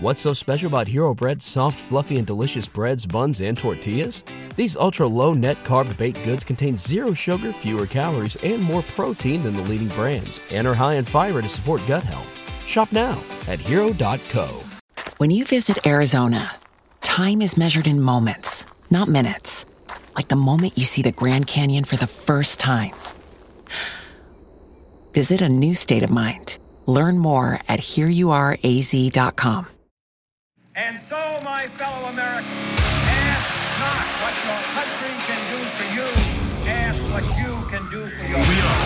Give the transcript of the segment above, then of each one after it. What's so special about Hero Bread's soft, fluffy, and delicious breads, buns, and tortillas? These ultra low net carb baked goods contain zero sugar, fewer calories, and more protein than the leading brands, and are high in fiber to support gut health. Shop now at hero.co. When you visit Arizona, time is measured in moments, not minutes. Like the moment you see the Grand Canyon for the first time. Visit a new state of mind. Learn more at hereyouareaz.com. And so, my fellow Americans, ask not what your country can do for you, ask what you can do for your We are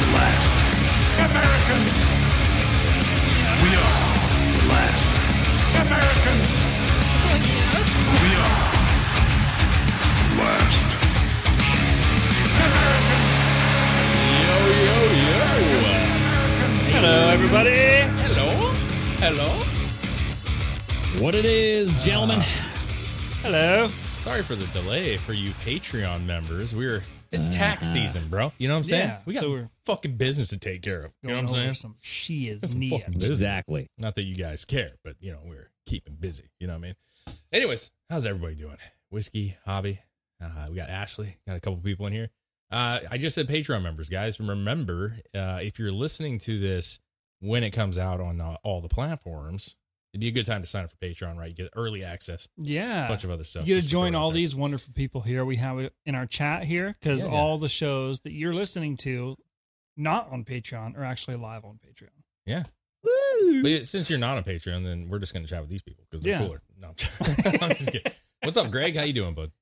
the last Americans. We are the last Americans. We are the last Americans. Yo, yo, yo. Hello, everybody. Hello. Hello. What it is, gentlemen. Ah. Hello. Sorry for the delay for you Patreon members. We're it's tax season, bro. You know what I'm saying? Ah. Yeah, we got so we're- fucking business to take care of. You know what I'm Going over saying? Some she That's is some Nia. fucking business. Exactly. Not that you guys care, but you know, we're keeping busy. You know what I mean? Anyways, how's everybody doing? Whiskey, hobby. Uh, we got Ashley, got a couple people in here. Uh, I just said Patreon members, guys. Remember, uh, if you're listening to this when it comes out on uh, all the platforms, it'd be a good time to sign up for Patreon, right? You get early access, Yeah. a bunch of other stuff. you get just to to join throw out all there. these wonderful people here we have it in our chat here because Yeah, yeah. all the shows that you're listening to, not on Patreon, are actually live on Patreon. Yeah. But yeah, since you're not on Patreon, then we're just going to chat with these people because they're Yeah. cooler. No, I'm just kidding. What's up, Greg? How you doing, bud?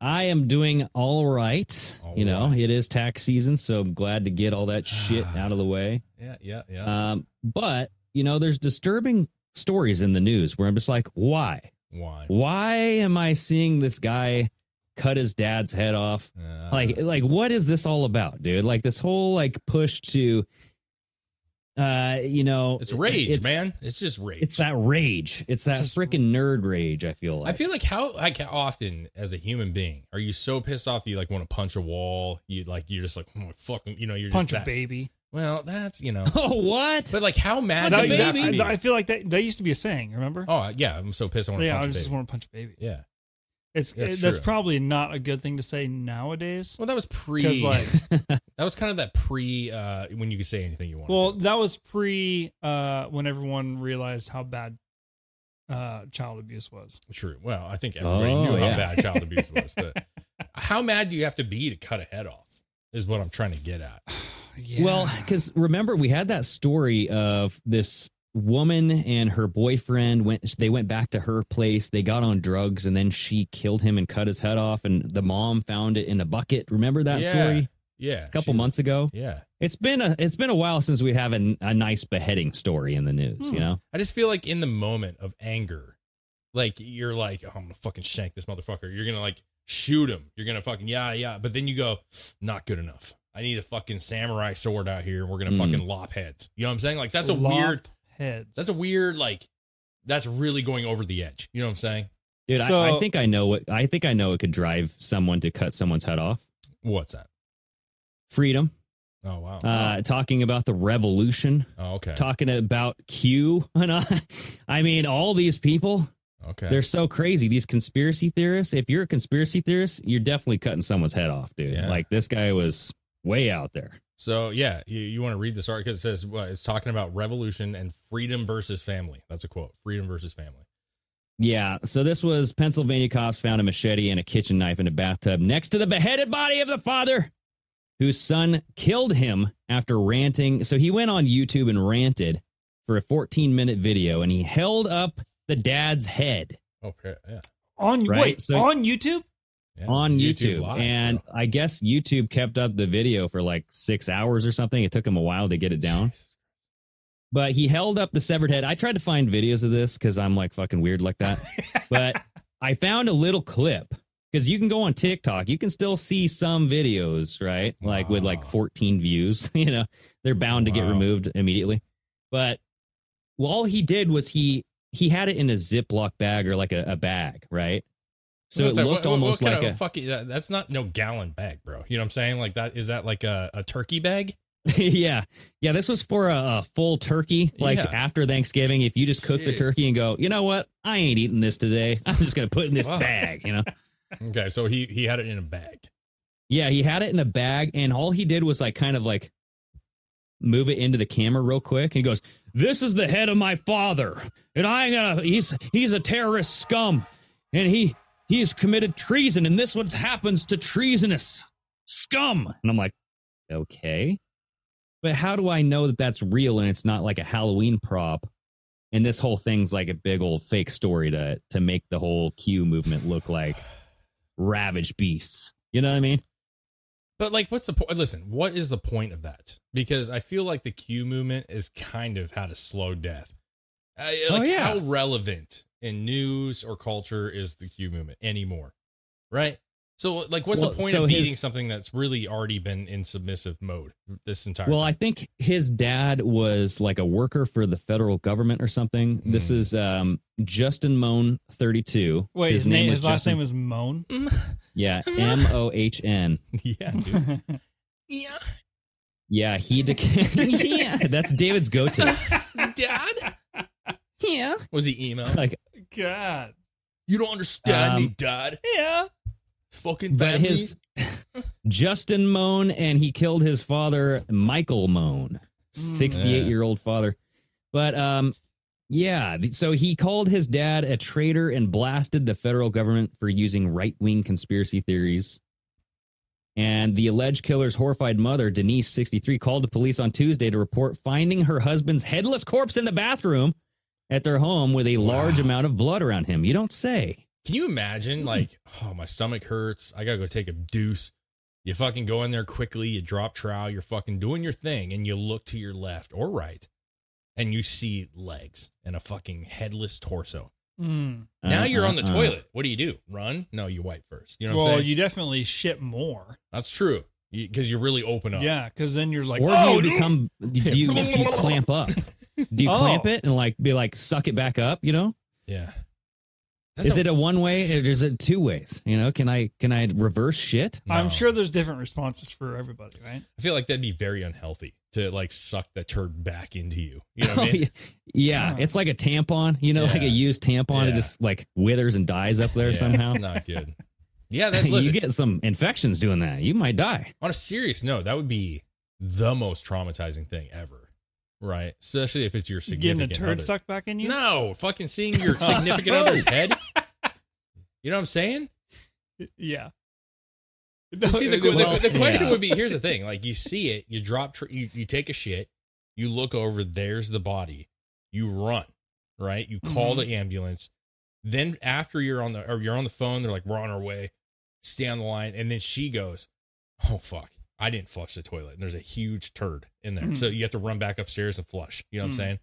I am doing all right. All you know, right. Ah. it is tax season, so I'm glad to get all that shit out of the way. Yeah, yeah, yeah. Um, but you know, there's disturbing stories in the news where I'm just like, why? Why? Why am I seeing this guy cut his dad's head off? Uh, like like what is this all about dude like this whole like push to uh you know It's rage, it's- man. It's just rage. it's that rage it's that just- freaking nerd rage i feel I like feel like how like how often as a human being are you so pissed off that you like want to punch a wall? You like you're just like oh, my fucking you know you're Punch just a that. baby. Well, that's you know. oh what but like how mad That- do you have that- to be? I, I feel like that, that used to be a saying, remember? oh yeah, I'm so pissed. I want to yeah, I punch a just baby. want to punch a baby. yeah. It's That's that's, that's true. probably not a good thing to say nowadays. Well, that was pre. Because like, that was kind of that pre uh when you could say anything you want. well, that was pre uh, when everyone realized how bad uh, child abuse was. true. Well, I think everybody Oh, knew how yeah. bad child abuse was, but how mad do you have to be to cut a head off? Is what I'm trying to get at. Yeah. well because remember we had that story of this woman and her boyfriend went they went back to her place they got on drugs and then she killed him and cut his head off and the mom found it in a bucket remember that Yeah. story Yeah, a couple she- months ago Yeah. It's been a it's been a while since we have a, a nice beheading story in the news, Hmm. you know. I just feel like in the moment of anger, like you're like, oh, I'm gonna fucking shank this motherfucker. You're gonna like shoot him. You're gonna fucking yeah, yeah. But then you go, not good enough. I need a fucking samurai sword out here. and We're gonna Mm. fucking lop heads. You know what I'm saying? Like that's a Lop weird. heads. That's a weird like. That's really going over the edge. You know what I'm saying? Dude, I, I So- think I know what I think I know it could drive someone to cut someone's head off. What's that? Freedom. Oh wow. Uh talking about the revolution, oh, okay. talking about Q and I, I mean all these people, okay. they're so crazy. These conspiracy theorists, if you're a conspiracy theorist, you're definitely cutting someone's head off, dude. Yeah. Like this guy was way out there. So yeah, you, you want to read this article? It says well, it's talking about revolution and freedom versus family. That's a quote. Freedom versus family. Yeah, so this was Pennsylvania cops found a machete and a kitchen knife in a bathtub next to the beheaded body of the father whose son killed him after ranting. So he went on YouTube and ranted for a 14 minute video and he held up the dad's head Oh yeah. on Right? wait So- on YouTube. yeah. on YouTube. Live, and bro. I guess YouTube kept up the video for like six hours or something. It took him a while to get it down. But he held up the severed head. I tried to find videos of this because I'm like fucking weird like that. but I found a little clip because you can go on TikTok. You can still see some videos, right? Like with like Wow. 14 views. You know, they're bound to get Wow. removed immediately. But well, all he did was he he had it in a Ziploc bag or like a, a bag, right? So it It's like, looked what- what- almost what kind like of a fucking. that- that's not no gallon bag, bro. You know what I'm saying? Like that is that like a, a turkey bag? yeah, yeah. This was for a, a full turkey, like Yeah. after Thanksgiving. If you just cook the Jeez. turkey and go, you know what, I ain't eating this today. I'm just gonna put it in this Wow. bag. You know. Okay, so he he had it in a bag. Yeah, he had it in a bag, and all he did was like kind of like move it into the camera real quick. And he goes, "This is the head of my father, and I ain't gonna. He's he's a terrorist scum, and he he has committed treason, and this what happens to treasonous scum." And I'm like, "Okay, but how do I know that that's real and it's not like a Halloween prop?" And this whole thing's like a big old fake story to to make the whole Q movement look like ravaged beasts. You know what I mean? But like, what's the point? Listen, what is the point of that? Because I feel like the Q movement is kind of how to slow death. Uh, like, Oh, yeah. how relevant in news or culture is the Q movement anymore? Right. So, like, what's Well, the point so of beating his- something that's really already been in submissive mode this entire Well, I time? think his dad was like a worker for the federal government or something. This Mm. is um, Justin Moan, 32. Hmm. Wait, his, name, was his last Justin- name is Moan. yeah, M O H N. yeah, dude. yeah, Yeah, he dec yeah, that's David's go-to. Dad. Yeah, Was he emo? like, God. You don't understand Um, me, Dad. Yeah. Fucking but family. his Justin Moan, and he killed his father, Michael Moan, Mm. 68 year old father. But um, yeah, th- so he called his dad a traitor and blasted the federal government for using right wing conspiracy theories. And the alleged killer's horrified mother, Denise, 63, called the police on Tuesday to report finding her husband's headless corpse in the bathroom at their home with a large amount of blood around him. You don't say. Can you imagine? Like, oh, my stomach hurts. I gotta go take a deuce. You fucking go in there quickly. You drop trowel. You're fucking doing your thing, and you look to your left or right, and you see legs and a fucking headless torso. Mm. Now Uh, you're uh, on the uh. toilet. What do you do? Run? No, you wipe first. You know what well, I'm saying? you definitely shit more. That's true. Because you, really open up. Yeah, because then you're like, or oh, do you become do you, do you clamp up? Do you Oh. clamp it and like be like suck it back up? You know, Yeah. That's is it a one way or is it two ways? You know, can I can I reverse shit? I'm No. sure there's different responses for everybody, right? I feel like that'd be very unhealthy to like suck the turd back into you. You know what Oh, I mean? yeah. yeah, Oh. it's like a tampon. You know, like a Yeah. used tampon. It Yeah. just like withers and dies up there Yeah, somehow. It's not good. Yeah, that, listen, you get some infections doing that. You might die. on a serious note, that would be the most traumatizing thing ever, right? Especially if it's your Getting a significant turd other. sucked back in you? No, fucking seeing your significant other's head. You know what I'm saying? Yeah. You see, the, the- Well, the, question yeah. would be: Here's the thing. Like, you see it, you drop, tr- you you take a shit, you look over, there's the body, you run, right? You call Mm-hmm. the ambulance. Then after you're on the or you're on the phone, they're like, "We're on our way." Stay on the line, and then she goes, "Oh fuck, I didn't flush the toilet." And there's a huge turd in there, Mhm. Mm-hmm. so you have to run back upstairs and flush. You know what Mm. I'm Mhm. saying?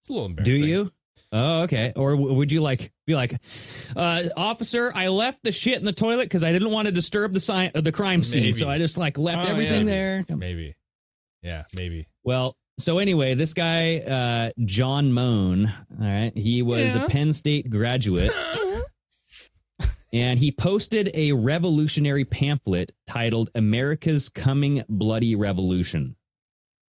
It's a little Do embarrassing. you? Oh, okay. Or w- would you like be like, uh, officer? I left the shit in the toilet because I didn't want to disturb the sign, uh, the crime scene, Maybe. so I just like left Oh, everything yeah. there. Maybe. Yeah, maybe. Well, so anyway, this guy, uh, John Moan, all right, he was Yeah. a Penn State graduate. and he posted a revolutionary pamphlet titled America's Coming Bloody Revolution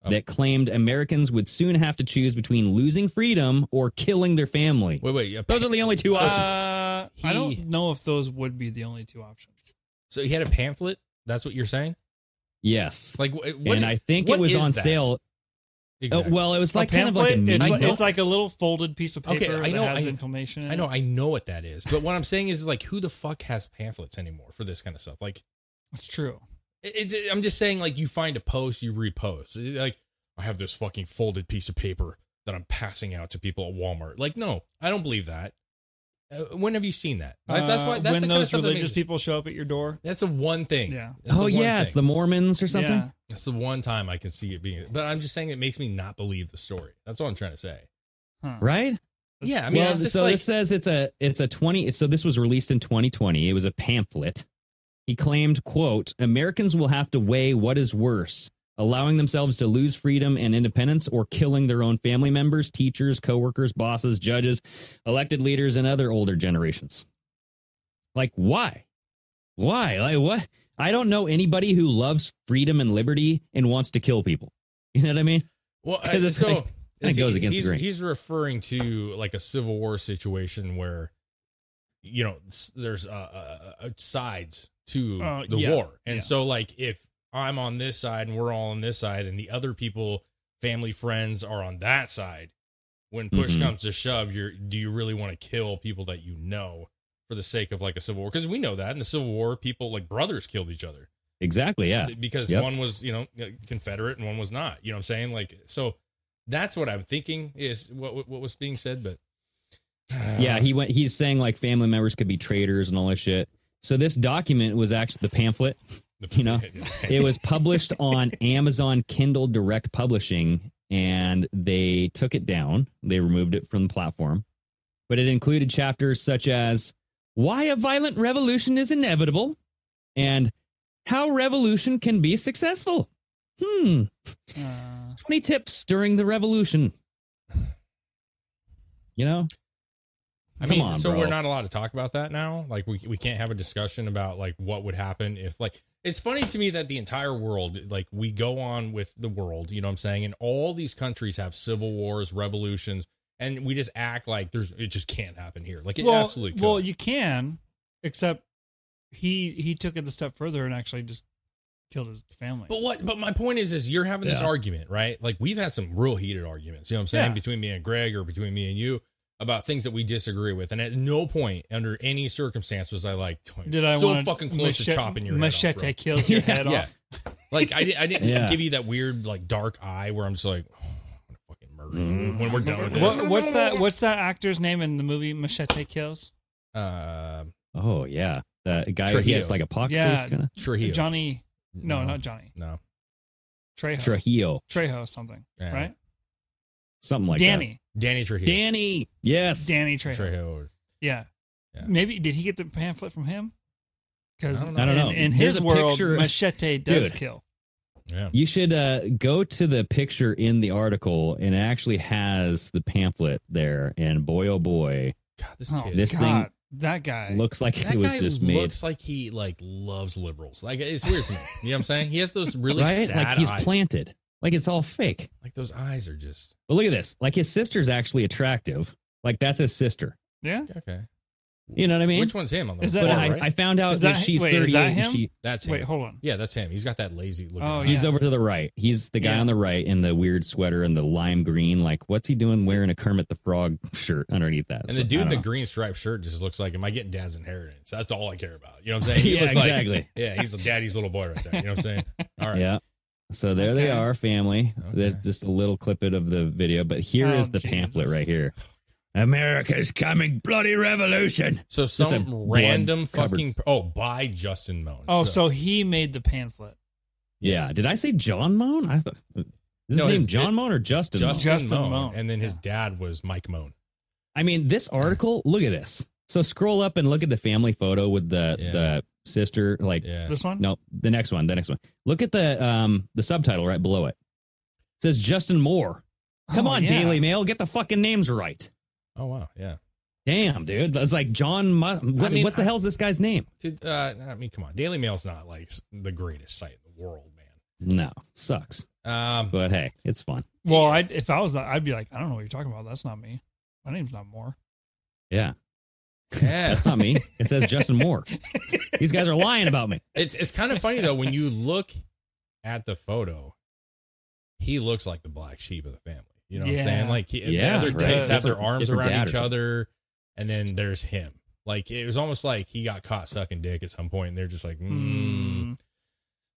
Oh. that claimed Americans would soon have to choose between losing freedom or killing their family. Wait, wait. a- Those are the only two So- options. Uh, I He- don't know if those would be the only two options. So he had a pamphlet. That's what you're saying? Yes. Like, wh- what and i- I think what it was is on that? sale. Uh, Exactly. well, it was like a kind of like a pamphlet, mini it's, like, book. it's like a little folded piece of Okay, paper I know, that has I- information. in I know, it. I know what that is, but what I'm saying is, is like, who the fuck has pamphlets anymore for this kind of stuff? Like, It's true. it, it's I'm just saying, like, you find a post, you repost. It- Like, I have this fucking folded piece of paper that I'm passing out to people at Walmart. Like, no, I don't believe that. Uh, when have you seen that? Like, that's Uh, why. That's when the kind of those stuff that religious makes- people show up at your door. That's the one thing. Yeah. That's the oh, one yeah. It's thing. the Mormons or something. Yeah. That's the one time I can see it being. But I'm just saying, it makes me not believe the story. That's all I'm trying to say. Huh. Right? Yeah, I mean, well, it's just so like, this says it's a it's a 20 so this was released in 2020 it was a pamphlet he claimed quote americans will have to weigh what is worse allowing themselves to lose freedom and independence or killing their own family members teachers coworkers bosses judges elected leaders and other older generations like why why like what i don't know anybody who loves freedom and liberty and wants to kill people You know what I mean? Well, 'Cause uh, it's so like- it is he- goes against the he's, grain. He's referring to like a civil war situation where, you know, s- there's uh, uh, uh, sides to Uh, the yeah. war, and Yeah. so like if I'm on this side and we're all on this side, and the other people, family, friends, are on that side, when push Mhm. comes to shove, you're do you really want to kill people that you know for the sake of like a civil war? Because we know that in the civil war, people like brothers killed each other Exactly. Yeah. because Yep. one was you know confederate and one was not you know what i'm saying like so that's what i'm thinking is what what- what was being said but Yeah, he went. He's saying like family members could be traitors and all this shit. So this document was actually the pamphlet. You know, it was published on Amazon Kindle Direct Publishing, and they took it down. They removed it from the platform, but it included chapters such as why a violent revolution is inevitable, and how revolution can be successful. Hmm. Uh, Twenty tips during the revolution. You know, i Come mean on, so bro. we're not allowed to talk about that now like we, we can't have a discussion about like what would happen if like it's funny to me that the entire world like we go on with the world you know what i'm saying and all these countries have civil wars revolutions and we just act like there's it just can't happen here like it well, absolutely could. well, you can, except he he took it a step further and actually just killed his family. But what? But my point is, is you're having this Yeah. argument, right? Like we've had some real heated arguments. You know what I'm saying Yeah. between me and Greg, or between me and you, about things that we disagree with. And at no point, under any circumstance, was I like, Did I so want fucking close to chopping your machete head off, kills your Yeah, head bro. off? Yeah. Like I, di- I didn't Yeah. give you that weird like dark eye where I'm just like, oh, I'm gonna fucking murder you Mm-hmm. Mm. when we're done with this. What, what's that? What's that actor's name in the movie Machete Kills? Uh, Oh yeah, that guy. He Trujillo. has like a pock Yeah. face kind of Trujillo. Mm-hmm. Johnny? No, not Johnny. No. Trejo. Trujillo, Trejo, something Yeah. right? something like Danny. Danny that. Trujillo. Danny. Yes. Danny Trejo. Trejo. Yeah. Yeah. Maybe did he get the pamphlet from him? Because I in, don't know. I don't know. in There's his a world, picture- machete does Dude. kill. Yeah. You should uh, go to the picture in the article, and it actually has the pamphlet there. And boy, oh boy, God, this Oh, kid. This God, that guy. looks like That it was guy just made. looks like he like loves liberals. Like it's weird to me. you know what I'm saying? He has those really Right? sad Like he's eyes. planted. Like it's all fake. Like those eyes are just But look at this. Like his sister's actually attractive. Like that's his sister. yeah. okay. You know what I mean? Which one's him on the Is that- but wall, is- I, right? I found out Is that, that- she's wait, 38 is that and him? she That's him. Wait, hold on. yeah, that's him. He's got that lazy looking. Oh, eye. He's yeah. over to the right. He's the guy Yeah. on the right in the weird sweater and the lime green. Like, what's he doing wearing a Kermit the Frog shirt underneath that? And the So, dude I in the don't know. green striped shirt just looks like, am I getting dad's inheritance? That's all I care about. You know what I'm saying? He Yeah, looks like- exactly. yeah, he's daddy's little boy right there. You know what I'm saying? All right. Yeah. So there they Okay. are, family. Okay. There's just a little clippet of the video, but here is Oh, the pamphlet Jesus. right here. America's coming, bloody revolution. So a some blood random covered- fucking oh by Justin Moan. Oh, so he made the pamphlet. Yeah. Did I say John Moan? I thought is his No, name his- John it- Moan or Justin? Moan? Justin, Justin Moan, Moan. and then his dad was Mike Moan. I mean, this article. Look at this. So scroll up and look at the family photo with the Yeah. the sister. Like, Yeah. This one. No, the next one. The next one. Look at the um the subtitle right below it. It says Justin Moore. Come Oh, on, yeah. Daily Mail, get the fucking names right. Oh wow, yeah. Damn, dude. That's like John. Mu- what, mean, what the I- hell's this guy's name? Dude, uh, I mean, come on. Daily Mail's not like s- the greatest site in the world, man. No, sucks. Um, But hey, it's fun. Well, I'd, if I was that, I'd be like, I don't know what you're talking about. That's not me. My name's not Moore. Yeah, yeah, that's not me. It says Justin Moore. These guys are lying about me. it's it's kind of funny though when you look at the photo. He looks like the black sheep of the family. You know what I'm Yeah. saying? Like he, Yeah, the other right. kids have their Different- arms different around dad or each something. other, and then there's him. Like it was almost like he got caught sucking dick at some point, and they're just like, mm, Mm.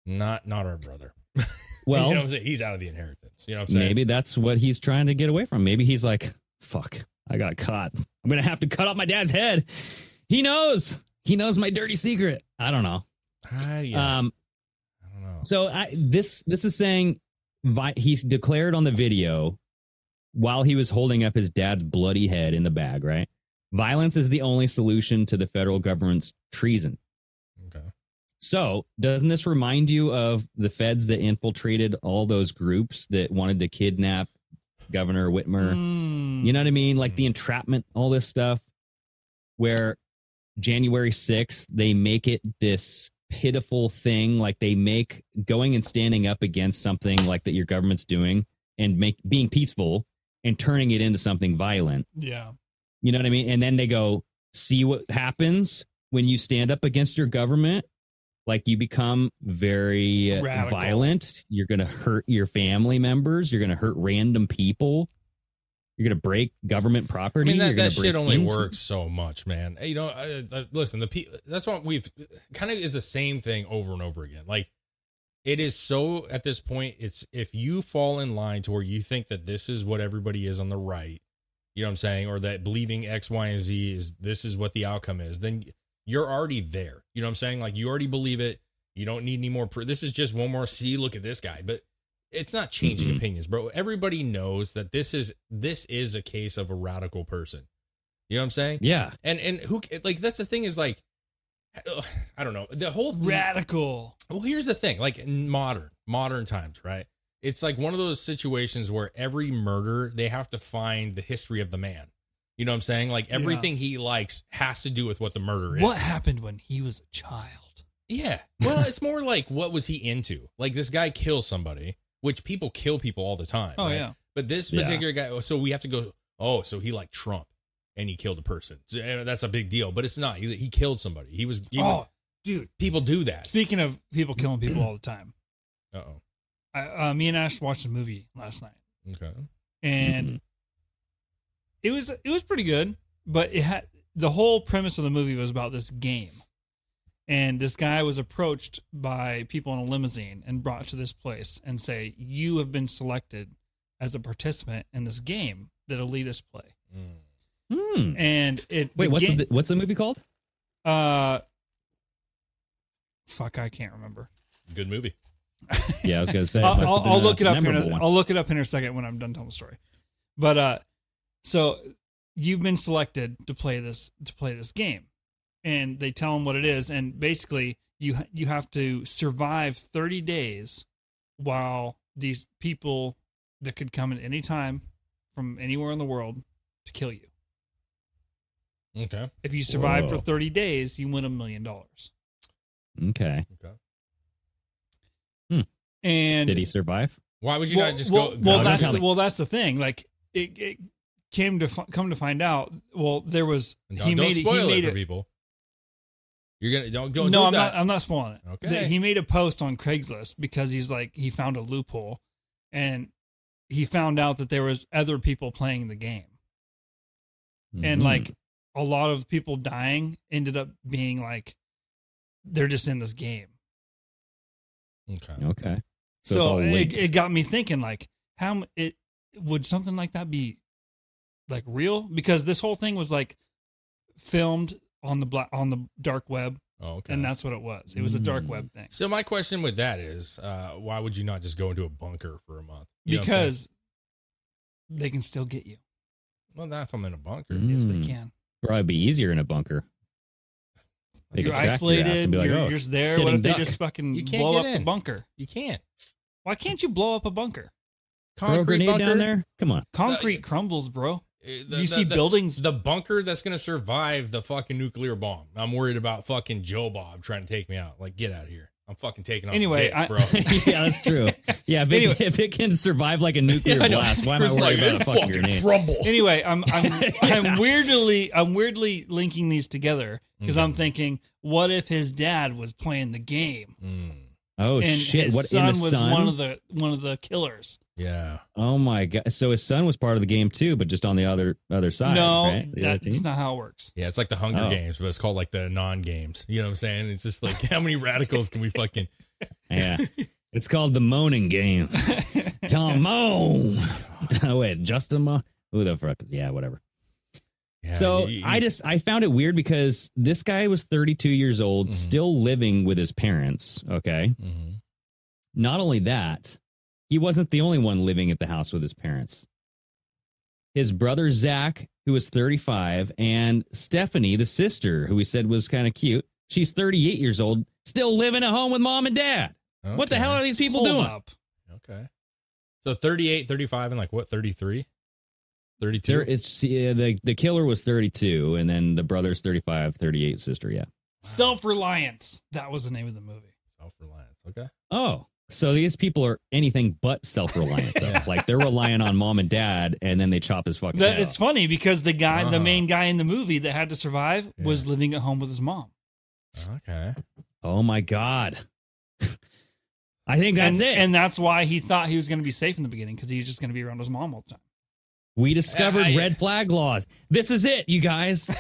"Not, not our brother." Well, you know what I'm saying? He's out of the inheritance. You know what I'm saying? maybe that's what he's trying to get away from. Maybe he's like, fuck, I got caught. I'm going to have to cut off my dad's head. He knows. He knows my dirty secret. I don't know. I, yeah, Um, I don't know. So I, this this is saying vi- he's declared on the video while he was holding up his dad's bloody head in the bag. Right, violence is the only solution to the federal government's treason. Okay. So doesn't this remind you of the feds that infiltrated all those groups that wanted to kidnap Governor Whitmer? Mm. You know what I mean? Like the entrapment, all this stuff, where January 6th, they make it this pitiful thing like they make going and standing up against something like that your government's doing and make being peaceful and turning it into something violent Yeah. you know what I mean? And then they go, see what happens when you stand up against your government. Like you become very uh, Radical. violent. You're going to hurt your family members. You're going to hurt random people. You're going to break government I property. mean You're that, gonna that break shit only into- works so much, man. Hey, You know, uh, uh, listen, the pe- that's what we've kind of is the same thing over and over again. Like it is so at this point, it's if you fall in line to where you think that this is what everybody is on the right, you know what I'm saying, or that believing X, Y, and Z is this is what the outcome is, then you're already there. You know what I'm saying? Like you already believe it. You don't need any more. Pr- this is just one more. See, look at this guy, but it's not changing Mm-hmm. Mhm. opinions, bro. Everybody knows that this is this is a case of a radical person. You know what I'm saying? Yeah. And and who ca- like that's the thing is like ugh, I don't know the whole thing- Radical. well, here's the thing like in modern, modern times, right? It's like one of those situations where every murder, they have to find the history of the man. You know what I'm saying? Like Yeah. everything he likes has to do with what the murder is. What happened when he was a child? Yeah. Well, it's more like what was he into? Like this guy kills somebody, which people kill people all the time. Oh, right? yeah. But this Yeah. particular guy, so we have to go. Oh, so he liked Trump and he killed a person. So, and that's a big deal, but it's not. He, he killed somebody. He was. He Oh, oh. dude. people do that. Speaking of people killing people all the time, Uh oh. I, uh, me and Ash watched a movie last night, Okay. and Mhm. it was it was pretty good, but it had the whole premise of the movie was about this game. And this guy was approached by people in a limousine and brought to this place and say, "You have been selected as a participant in this game that elitists play." Hmm. And it Wait, what's game, the, what's the movie called? uh, fuck, I can't remember. Good movie. Yeah, I was going to say. it I'll, must have I'll, been I'll a look it up here. memorable In a, one. I'll look it up in a second when I'm done telling the story. But uh, so you've been selected to play this to play this game, and they tell them what it is, and basically you you have to survive 30 days while these people that could come at any time from anywhere in the world to kill you. Okay. If you survive for Whoa. 30 days, you win a million dollars. Okay. Okay. And Did he survive? Why would you not just well, go? well, no, that's tell me. well, that's the thing. Like it, it came to fi- come to find out. Well, there was No, he don't made it. spoil He made for it. people. You're gonna don't go. no, do I'm that. not. I'm not spoiling it. Okay. That he made a post on Craigslist because he's like he found a loophole, and he found out that there was other people playing the game, and Mhm. Mm-hmm. like a lot of people dying ended up being like they're just in this game. okay. Okay. So, so it's all it, linked. it got me thinking like how m- it would something like that be like real because this whole thing was like filmed on the black on the dark web Oh, okay. and that's what it was it was a dark Mm. web thing So my question with that is, uh, why would you not just go into a bunker for a month? You know what I'm saying? because they can still get you well, not if I'm in a bunker. yes they Mm. can Probably be easier in a bunker. They you're could track your ass isolated and be like, you're, "Oh, you're just there what sitting if they duck." just fucking You can't blow get up the in. bunker You can't why can't you blow up a bunker throw a grenade bunker? down there? Come on. concrete crumbles bro Uh, You see buildings- The bunker that's going to survive the fucking nuclear bomb. I'm worried about fucking Joe Bob trying to take me out. Like, get out of here. I'm fucking taking off Anyway, dicks, I- bro. yeah, that's true. Yeah, if, Anyway. it, if it can survive like a nuclear I know. blast, why am I It's worried like, about a "This fucking grenade? crumble. anyway, I'm I'm I'm weirdly I'm weirdly linking these together because I'm Mm-hmm. thinking, what if his dad was playing the game Mm, oh and shit! his What son in the was sun? one of the one of the killers? yeah. oh my god! So his son was part of the game too, but just on the other other side. no, right? The other that's team? not how it works. Yeah, it's like the Hunger Oh. Games, but it's called like the non games. You know what I'm saying? It's just like how many radicals can we fucking Yeah, it's called the moaning game. Come on! oh wait, Justin. Mo- Who the fuck? Yeah, whatever. Yeah, so you- you- I just I found it weird because this guy was 32 years old, Mhm. still living with his parents. Okay. Mhm. Not only that, he wasn't the only one living at the house with his parents. His brother Zach, who was 35, and Stephanie, the sister, who we said was kind of cute, she's 38 years old, still living at home with mom and dad. What the Okay. hell are these people Hold doing? up. Okay. So 38, 35, and like what, 33? 32? There, it's yeah, the the killer was 32, and then the brother's 35, 38, sister. Yeah, Self Reliance. That was the name of the movie. Self reliance. Okay. Oh, so these people are anything but self-reliant. Though. like they're relying on mom and dad, and then they chop his fucking. That, head it's off. funny because the guy, Uh-huh. the main guy in the movie that had to survive, was living at home with his mom. Okay. Oh my god. I think that's and, it. And that's why he thought he was going to be safe in the beginning because he was just going to be around his mom all the time. We discovered Yeah, I- red flag laws. This is it, you guys.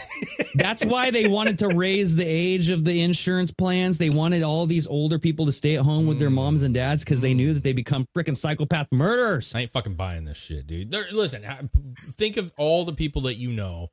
That's why they wanted to raise the age of the insurance plans. They wanted all these older people to stay at home Mm. with their moms and dads because they knew that they become freaking psychopath murderers. I ain't fucking buying this shit, dude. There, listen, I- think of all the people that you know.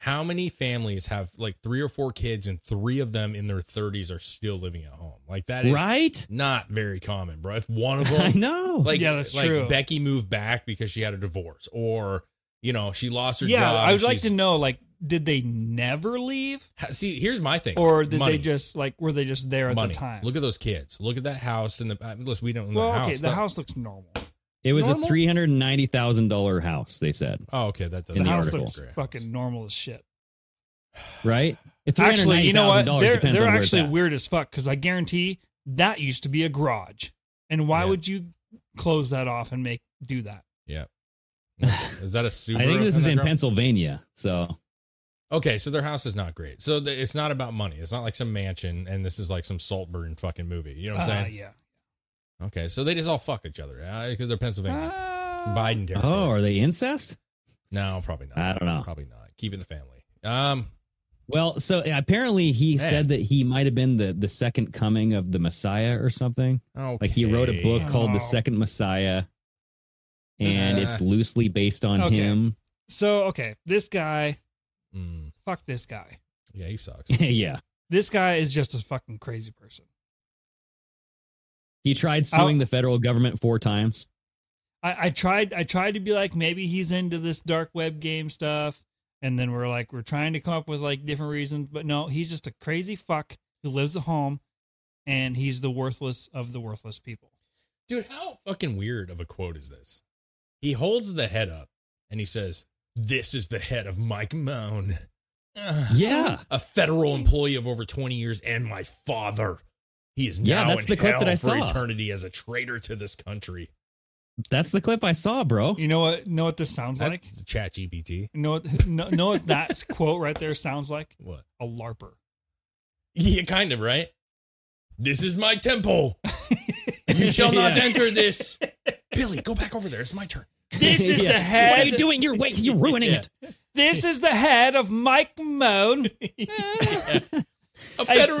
How many families have like three or four kids, and three of them in their thirties are still living at home? Like that is Right? not very common, bro. If one of I them, know. like, Yeah, that's like true. Becky moved back because she had a divorce, or you know, she lost her yeah, job. I and would like to she's- know, like, did they never leave, Ha- See, here's my thing, or did Money. they just like were they just there at money? the time? Look at those kids. Look at that house and the. I mean, listen, we don't know well, the house. okay, the but- house looks normal. it was normal? a $390,000 house, they said, Oh, okay, that does. In The the house article. looks fucking normal as shit. right? If Actually, you know what? $390,000 They're depends they're on where it's actually at. weird as fuck because I guarantee that used to be a garage, and why Yeah. would you close that off and make do that? Yeah. That's it. Is that a Subaru? I think this on is that in drum? Pennsylvania. So, Okay, so their house is not great. So th- it's not about money. It's not like some mansion, and this is like some Saltburn fucking movie. You know what I'm Uh, saying? yeah. Okay, so they just all fuck each other because they're Pennsylvania, Uh, Biden territory. oh, are they incest? no, probably not. I don't know. Probably not. Keep it in the family. Um, Well, so yeah, apparently he Man. said that he might have been the, the second coming of the Messiah or something. okay. Like he wrote a book called Oh. The Second Messiah, and Uh, it's loosely based on okay. him. So okay, this guy, Mm, fuck this guy. yeah, he sucks. yeah. This guy is just a fucking crazy person. He tried suing I'll- the federal government four times. I, I tried I tried to be like maybe he's into this dark web game stuff, and then we're like we're trying to come up with like different reasons, but no, he's just a crazy fuck who lives at home, and he's the worthless of the worthless people. Dude, how fucking weird of a quote is this? He holds the head up and he says, This is the head of Mike Moan. Ugh. Yeah. A federal employee of over 20 years and my father. He is now Yeah, that's in the clip hell that I for saw. eternity as a traitor to this country. That's the clip I saw, bro. You know what? Know what this sounds like? That's chat GPT. You know what? Know, know what that quote right there sounds like? What? A larper. Yeah, kind of, right? This is my temple. you shall not Yeah. enter this. Billy, go back over there. It's my turn. This is Yeah. the head. What are you doing? You're wait, you're ruining Yeah. it. This is the head of Mike Moan, A a federal, federal Oh,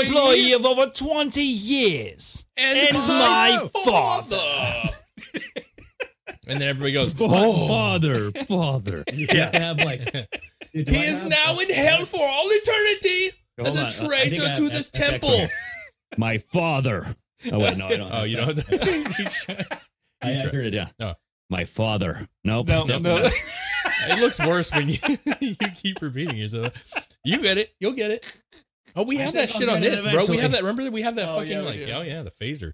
employee employee of over 20 years. and, my father. and then everybody goes, Oh. Father, father. You Yeah. have like Did He I is have- now in hell for all eternity Hold on, I as a think traitor I- to I- this I- I- temple. My father. Oh wait, no, I don't. Oh, you know. have that. I, I try. turned it down. No. My father. Nope. No, Nope. no. it looks worse when you, you keep repeating yourself. You get it. You'll get it. Oh, we I have think that I'll shit get on it this, bro. We eventually. have that. Remember that we have that Oh, fucking yeah, we like. do. Oh yeah, the phaser.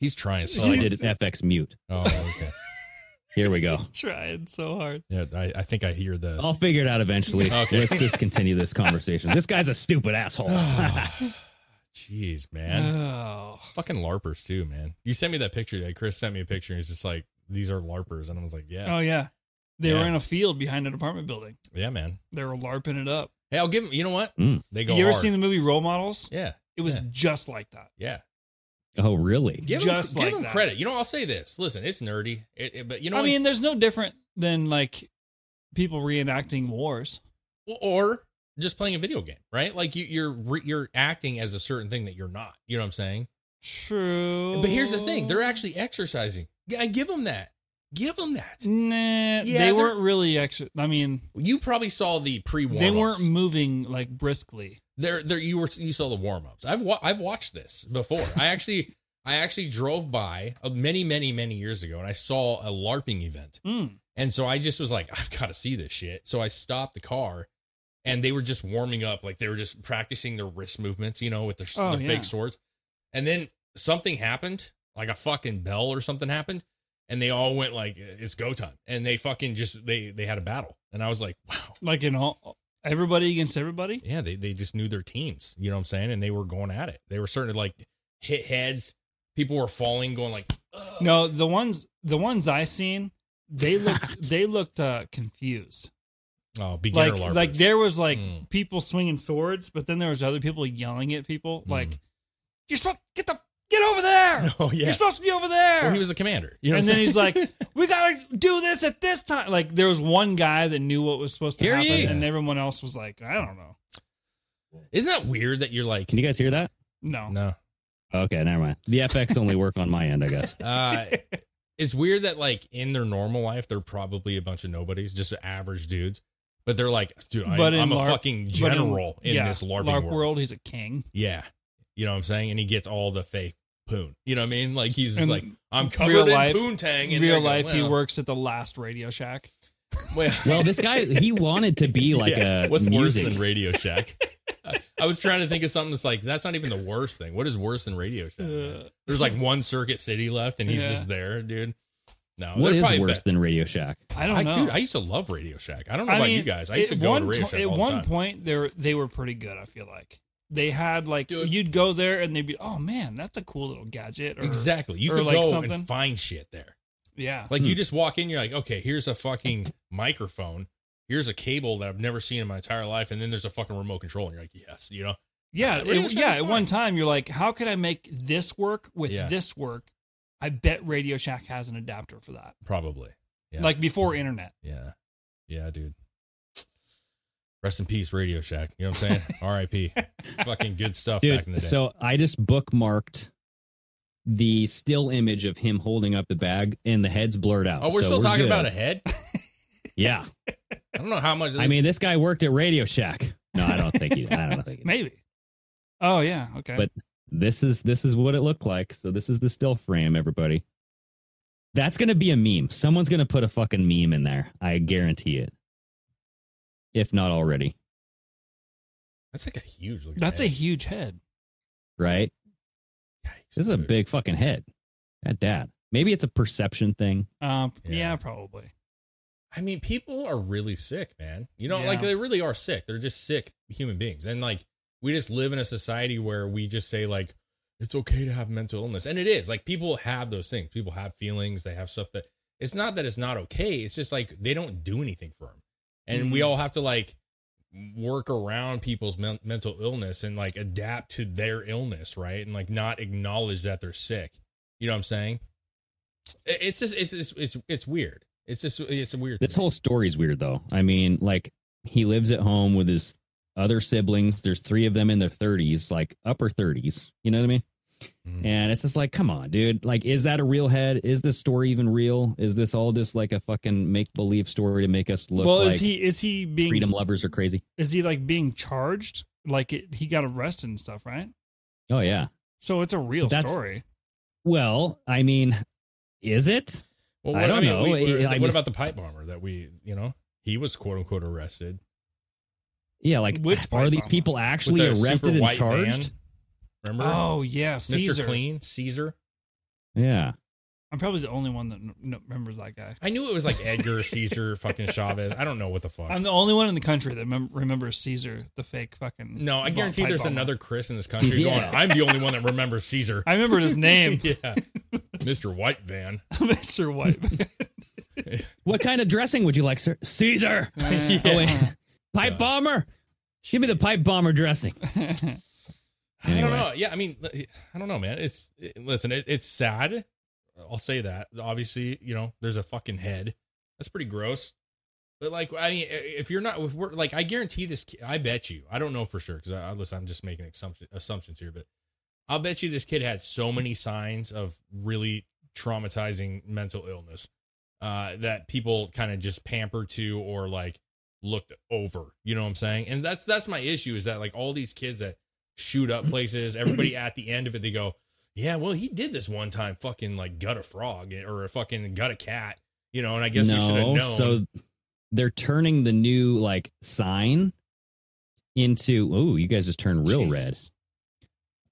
He's trying so. Oh, I did it FX mute. Oh, okay. Here we go. Trying so hard. Yeah, I, I think I hear the. I'll figure it out eventually. Okay. Let's just continue this conversation. This guy's a stupid asshole. Jeez, Uh, man. Oh. fucking larpers too, man. You sent me that picture. Like Chris sent me a picture. and He's just like, these are larpers, and I was like, yeah, Oh yeah. They Yeah. were in a field behind an apartment building. yeah, man. They were larping it up. Hey, I'll give him. You know what? Mm. They go. you ever hard. seen the movie Role Models? Yeah, It was Yeah. just like that. yeah. oh, really? Give Just him, like give him that. credit. You know, I'll say this. Listen, it's nerdy, it, it- but you know, I what? mean, there's no different than like people reenacting wars. or just playing a video game, right? Like you, you're re- you're acting as a certain thing that you're not. You know what I'm saying? True. But here's the thing: they're actually exercising. Yeah, I give them that. Give them that. Nah, they're- they weren't really actually. I mean, You probably saw the pre. they weren't moving like briskly. there there you were you saw the warm-ups i've wa- i've watched this before i actually i actually drove by uh, many many many years ago and i saw a larping event Mm. and so i just was like i've got to see this shit so i stopped the car and they were just warming up like they were just practicing their wrist movements you know with their, Oh, their yeah. fake swords and then something happened like a fucking bell or something happened and they all went like it's go time and they fucking just they they had a battle and i was like wow Like in all Everybody against everybody. Yeah, they, they just knew their teams. You know what I'm saying? And they were going at it. They were starting to like hit heads. People were falling, going like, "Ugh." No, the ones the ones I seen, they looked they looked uh, confused. oh, beginner Like LARPers. like there was like Mm. people swinging swords, but then there was other people yelling at people like, "You're supposed get the get over there! Hmm. No, Oh, yeah. You're supposed to be over there!" Well, he was the commander. You know and what then I'm he's saying? like, "We gotta do this at this time." Like there was one guy that knew what was supposed to Hear happen, ye. and everyone else was like, "I don't know." Isn't that weird that you're like, Can you guys hear that? No, no. Okay, never mind. The FX only work on my end, I guess. Uh, it's weird that like in their normal life, they're probably a bunch of nobodies, just average dudes. But they're like, dude, I, But in I'm a LARP- fucking But general in, yeah, this LARPing LARP world. He's a king. Yeah. You know what I'm saying? And he gets all the fake poon. You know what I mean? Like he's just And like, I'm real covered in life- poontang. In and real they're life, going, he well, works at the last Radio Shack. Well, Well, this guy he wanted to be like yeah. a what's music. worse than Radio Shack? I- I was trying to think of something that's like that's not even the worst thing. What is worse than Radio Shack? man? Uh, There's like one Circuit City left, and he's Yeah. just there, dude. No, what they're is probably worse be- than Radio Shack? I don't I, know, dude, I used to love Radio Shack. I don't know I about mean, you guys. I used to at go to one Radio to- Shack At all the one time. point, they were, they were pretty good. I feel like they had like Dude. you'd go there and they'd be, "Oh man, that's a cool little gadget." Or, exactly. You or could like go something. and find shit there. Yeah, Like you Hmm. just walk in, you're like, okay, here's a fucking microphone, here's a cable that I've never seen in my entire life, and then there's a fucking remote control, and you're like, yes, you know, yeah, Radio it- Shack yeah. was At one fine. time, you're like, "How can I make this work with Yeah. this work?" I bet Radio Shack has an adapter for that. probably, Yeah. Like before internet. yeah, yeah, dude. Rest in peace, Radio Shack. You know what I'm saying? R.I.P. fucking good stuff back in the Dude, day. so I just bookmarked the still image of him holding up the bag and the head's blurred out. oh, we're So still talking good. about a head. Yeah. I don't know how much. I mean, this guy worked at Radio Shack. No, I don't think he I don't think he Maybe. Oh yeah. Okay. But- This is this is what it looked like. So this is the still frame, everybody. That's gonna be a meme. Someone's gonna put a fucking meme in there. I guarantee it. If not already. that's like a huge. Looking that's a head. huge head. Right? Yikes, This is a dude. big fucking head. That dad. Maybe it's a perception thing. Um, Yeah. yeah. probably. I mean, people are really sick, man. You know, Yeah. like they really are sick. They're just sick human beings. And like we just live in a society where we just say like it's okay to have mental illness. And it is. Like people have those things. People have feelings, they have stuff that it's not that it's not okay. It's just like they don't do anything for them. And we Mhm. all have to like work around people's men- mental illness and like adapt to their illness, right? And like not acknowledge that they're sick. You know what I'm saying? It- It's just it's it's it's, it's weird. It's just it's a weird. This to me. whole story's weird though. I mean, like he lives at home with his other siblings. There's three of them in their 30s, like upper 30s. You know what I mean? Mm. Mhm. And it's just like, come on, dude. Like, is that a real head? Is this story even real? Is this all just like a fucking make believe story to make us look well, like is he is he being freedom lovers are crazy? is he like being charged? Like it, he got arrested and stuff, right? Oh yeah. So it's a real That's- story. Well, I mean, is it? Well, I what, I don't mean, know. we- It- we're- I what mean- about the pipe bomber that we, you know, he was quote unquote arrested. Yeah, like Which are pipe these bomber? people actually with the super arrested and white van. charged? Remember? Oh yeah, Caesar. Mr. Clean, Caesar. Yeah. I'm probably the only one that kn- kn- remembers that guy. I knew it was like Edgar, Caesar, fucking Chavez. I don't know what the fuck. I'm the only one in the country that mem- remembers Caesar, the fake fucking. no, I bomb- guarantee pipe there's bomber. another Chris in this country Yeah. going, I'm the only one that remembers Caesar. I remembered his name, yeah. Mr. White Van. Mr. White. What kind of dressing would you like, sir? Caesar. Oh, wait. Pipe Yeah. bomber. Give me the pipe bomber dressing. I Anyway. don't know. Yeah, I mean, I don't know, man. It's it- listen, it, it's sad. I'll say that. Obviously, you know, there's a fucking head. That's pretty gross. But like, I mean, i- if you're not, if we're like, I guarantee this. ki- I bet you. I don't know for sure because I, I- listen, I'm just making assumption, assumptions here, but I'll bet you this kid had so many signs of really traumatizing mental illness uh, that people kind of just pamper to or like looked over. You know what I'm saying? And that's that's my issue is that like all these kids that shoot up places, everybody at the end of it, they go, yeah, well, he did this one time, fucking like gut a frog eh, or a fucking gut a cat, you know, and I guess we should have known. So they're turning the new like sign into oh, you guys just turned real Jesus.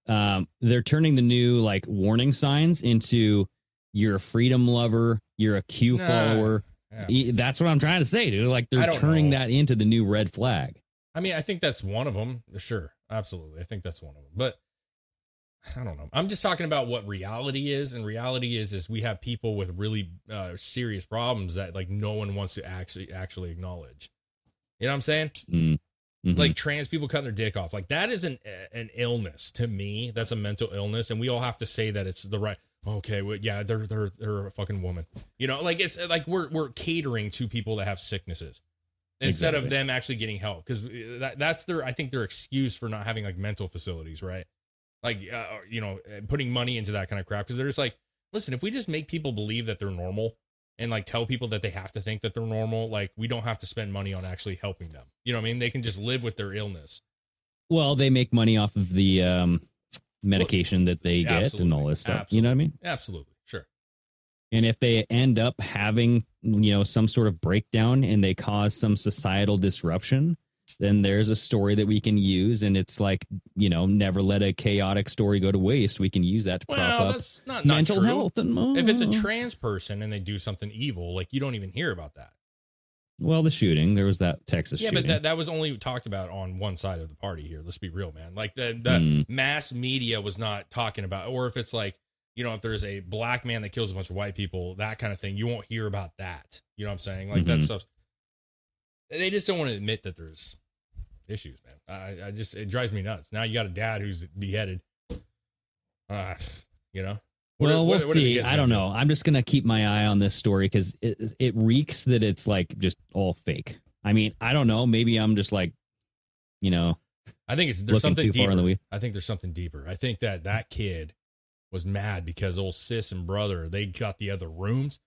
red. Um, they're turning the new like warning signs into you're a freedom lover, you're a Q Nah. follower. Yeah. E- That's what I'm trying to say, dude. Like I they're don't turning know. that into the new red flag. I mean, I think that's one of them. Sure, absolutely. I think that's one of them. But I don't know. I'm just talking about what reality is, and reality is is we have people with really uh, serious problems that like no one wants to actually actually acknowledge. You know what I'm saying? Mm. Mhm. Like trans people cutting their dick off. Like that is an an illness to me. That's a mental illness, and we all have to say that it's the right. Okay, well, yeah, they're they're they're a fucking woman. You know, like it's like we're we're catering to people that have sicknesses instead of Exactly. them actually getting help because that, that's their I think their excuse for not having like mental facilities, right? Like uh, you know, putting money into that kind of crap because they're just like, listen, if we just make people believe that they're normal and like tell people that they have to think that they're normal, like we don't have to spend money on actually helping them. You know what I mean? They can just live with their illness. Well, they make money off of the um, medication that they get and all Absolutely. this stuff. You know what I mean? Absolutely, sure. And if they end up having, you know, some sort of breakdown and they cause some societal disruption, then there's a story that we can use. And it's like, you know, never let a chaotic story go to waste. We can use that to prop Well, up that's not not mental true. health. And If it's a trans person and they do something evil, like you don't even hear about that. well, the shooting, there was that Texas yeah, shooting. but that, that was only talked about on one side of the party here. Let's be real, man. Like the, the Mm. mass media was not talking about, or if it's like, you know, if there's a black man that kills a bunch of white people, that kind of thing, you won't hear about that. You know what I'm saying? Like that Mhm. stuff. They just don't want to admit that there's issues, man. I, I just it drives me nuts. Now you got a dad who's beheaded. Uh, you know. What well, are- we'll what- what are the see. kids I gonna don't do? know. I'm just gonna keep my eye on this story because it it reeks that it's like just all fake. I mean, I don't know. Maybe I'm just like, you know, I think it's there's Looking something too far deeper. in the weeds. I think there's something deeper. I think that that kid was mad because old sis and brother they got the other rooms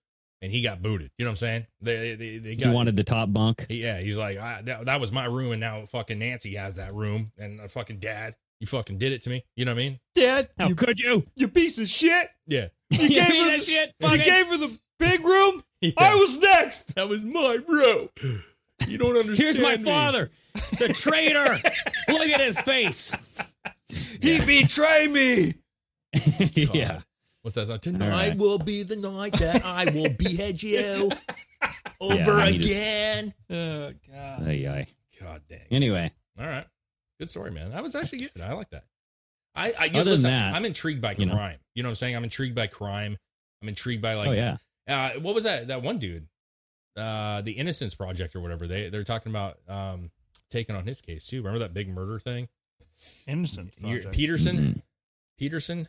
and he got booted. You know what I'm saying? They they, they got you wanted the top bunk. he- yeah, he's like I, that, that was my room and now fucking Nancy has that room and uh, fucking dad, you fucking did it to me. You know what I mean? Dad, How you, could you? you piece of shit. Yeah. You gave mean her that the- shit? You Fucking- gave her the big room. Yeah. I was next. that was my room. You don't understand. Here's my me. father, the traitor. Look at his face. He betrayed me. yeah. What's that? song? Tonight right. will be the night that I will behead you Yeah, I need to- again. Oh God. Ay, ay. God dang. Anyway, All right. Good story, man. That was actually good. I like that. I, I Other than listen, that, I'm intrigued by you know. crime. You know what I'm saying? I'm intrigued by crime. I'm intrigued by like oh yeah, uh, what was that that one dude? Uh the Innocence Project or whatever. They they're talking about um taking on his case too. Remember that big murder thing? Innocent. You're- Project. Peterson? Mhm. Peterson?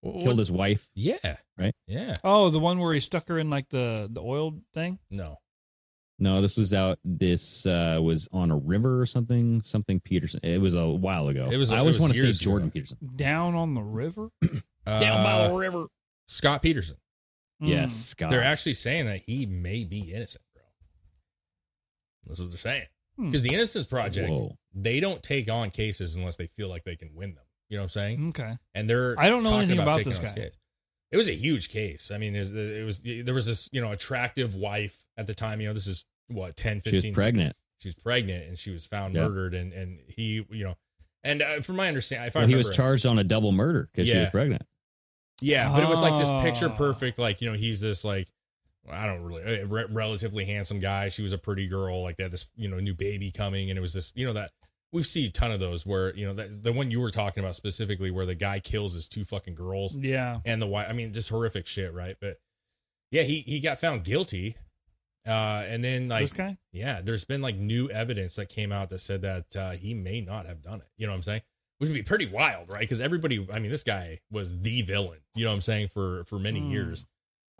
What- what- killed his wife. Yeah. Right? Yeah. Oh, the one where he stuck her in like the the oil thing. No. No, this was out. This uh, was on a river or something. Something Peterson. It was a while ago. It was- I it always was want to say years ago. Jordan Peterson. Down on the river. Down by the river. Uh, Scott Peterson. Yes, Mm. Scott. They're actually saying that he may be innocent, bro. That's what they're saying. Hmm. Because the Innocence Project, Whoa. they don't take on cases unless they feel like they can win them. You know what I'm saying? Okay. And they're Mm. I don't know talking anything about taking this on guy. Case. It was a huge case. I mean, there's- it was there was this you know attractive wife at the time. You know, this is what 10, 15 she was pregnant. She was pregnant and she was found Yeah. murdered, and and he you know, and uh, from my understanding, if I Well, he was remember- charged on a double murder because she Yeah. was pregnant. Yeah, but it was like this picture Ah. perfect, like you know, he's this like I don't really a re- relatively handsome guy. She was a pretty girl. Like they had this, you know, new baby coming, and it was this, you know, that we've seen a ton of those where you know that, the one you were talking about specifically, where the guy kills his two fucking girls Yeah. and the wife. I mean, just horrific shit, right? But yeah, he he got found guilty, uh, and then like this guy? yeah, there's been like new evidence that came out that said that uh, he may not have done it. You know what I'm saying? Which would be pretty wild, right? Because everybody, I mean, this guy was the villain. You know what I'm saying for for many Hmm. years,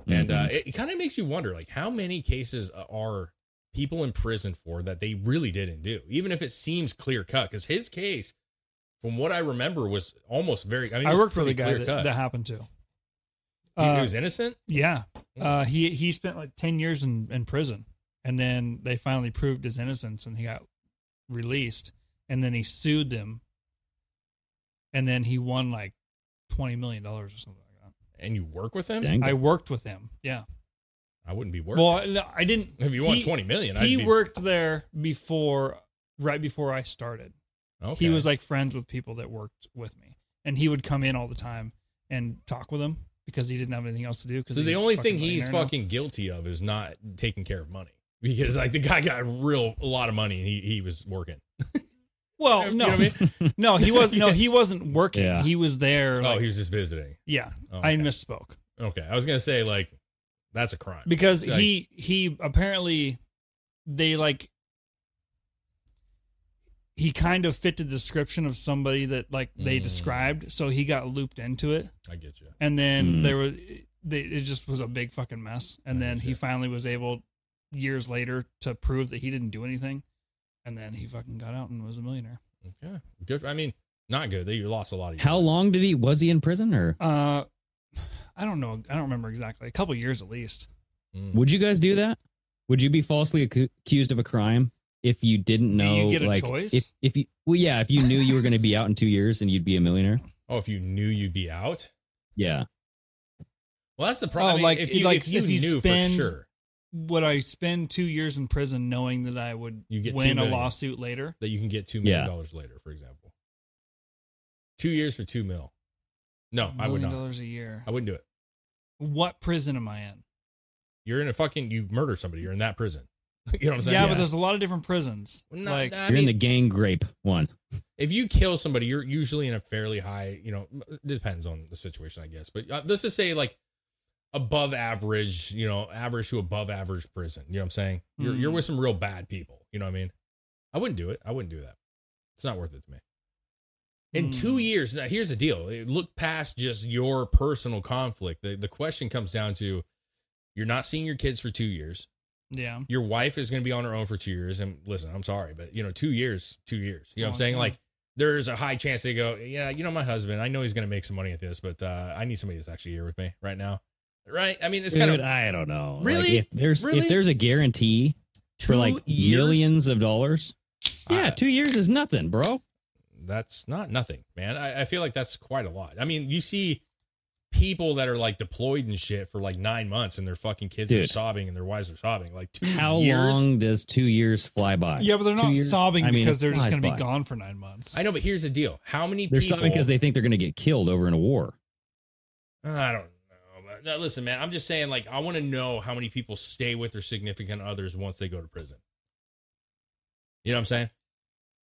and Mm-hmm. uh, Mm-hmm. it, kind of makes you wonder, like, how many cases uh, are people in prison for that they really didn't do, even if it seems clear cut? Because his case, from what I remember, was almost very. I mean, it I was worked for the pretty guy that, clear-cut. that happened to. He- he Uh, was innocent. Yeah. Uh, he he spent like ten years in, in prison, and then they finally proved his innocence, and he got released. And then he sued them, and then he won like twenty million dollars or something like and you work with him, Dang. that. I worked with him. Yeah. I wouldn't be working. Well, no, I didn't. if you he- want twenty million, I'd he be, worked there before, right before I started. Okay. He was like friends with people that worked with me, and he would come in all the time and talk with them because he didn't have anything else to do. Because so the only thing he's fucking guilty of is not taking care of money because like the guy got a real a lot of money and he, he was working. Well, You no, know what I mean? no, he was no, he wasn't working. Yeah. He was there. oh, like- he was just visiting. yeah. Oh, I okay. misspoke Okay, I was gonna say like that's a crime because Like, he he apparently they like he kind of fit the description of somebody that like they Mm. described, so he got looped into it, I get you. and Hmm. then Mm. there was they, it just was a big fucking mess, and then he Gotcha. finally was able years later to prove that he didn't do anything, and then he fucking got out and was a millionaire. Okay, good. for- I mean, not good. They lost a lot of. How long did he was he in prison or Uh, I don't know. I don't remember exactly. A couple years at least. Mm. would you guys do that? Would you be falsely accu- accused of a crime if you didn't Do know you get a like choice? if if you well yeah, if you knew you were going to be out in 2 years and you'd be a millionaire? Oh, if you knew you'd be out. Yeah. Well, that's the problem. Oh, I mean, like- if you like, if you if you knew spend- for sure Would I spend two years in prison knowing that I would You get two win a million. lawsuit later? that you can get two million Yeah. dollars later, for example, two years for two mil. No, I would Million not. dollars a year. I wouldn't do it. What prison am I in? You're in a fucking. You murder somebody. You're in that prison. you know what I'm saying? yeah, Yeah. but there's a lot of different prisons. Well, not- like I You're in mean, the gang grape one. if you kill somebody, you're usually in a fairly high, you know, depends on the situation, I guess. But uh, let's just say like above average, you know, average to above average prison. You know what I'm saying? You're, you're Mm. with some real bad people. You know what I mean? I wouldn't do it. I wouldn't do that. It's not worth it to me. In Mm. two years, now here's the deal. Look past just your personal conflict. The, the question comes down to you're not seeing your kids for two years yeah, your wife is going to be on her own for two years. And listen, I'm sorry, but you know, two years, two years. You know what I'm Long saying? time. Like, there's a high chance they go, yeah, you know, my husband, I know he's going to make some money at this, but uh, I need somebody that's actually here with me right now. Right? I mean, it's kind Dude, uh, of I don't know. Like, Really? if there's Really? if there's a guarantee for two like years? millions of dollars. Yeah, Uh, 2 years is nothing, bro. That's not nothing, man. I, I feel like that's quite a lot. I mean, you see people that are like deployed and shit for like nine months and their fucking kids are Dude. sobbing and their wives are sobbing. Like, two How years? long does two years fly by? yeah, but they're Two not years? sobbing I mean, because it they're just flies going to be by. gone for nine months. I know, but here's the deal. How many They're people sobbing because they think they're going to get killed over in a war. I don't know. But no, listen, man, I'm just saying, like, I want to know how many people stay with their significant others once they go to prison. You know what I'm saying?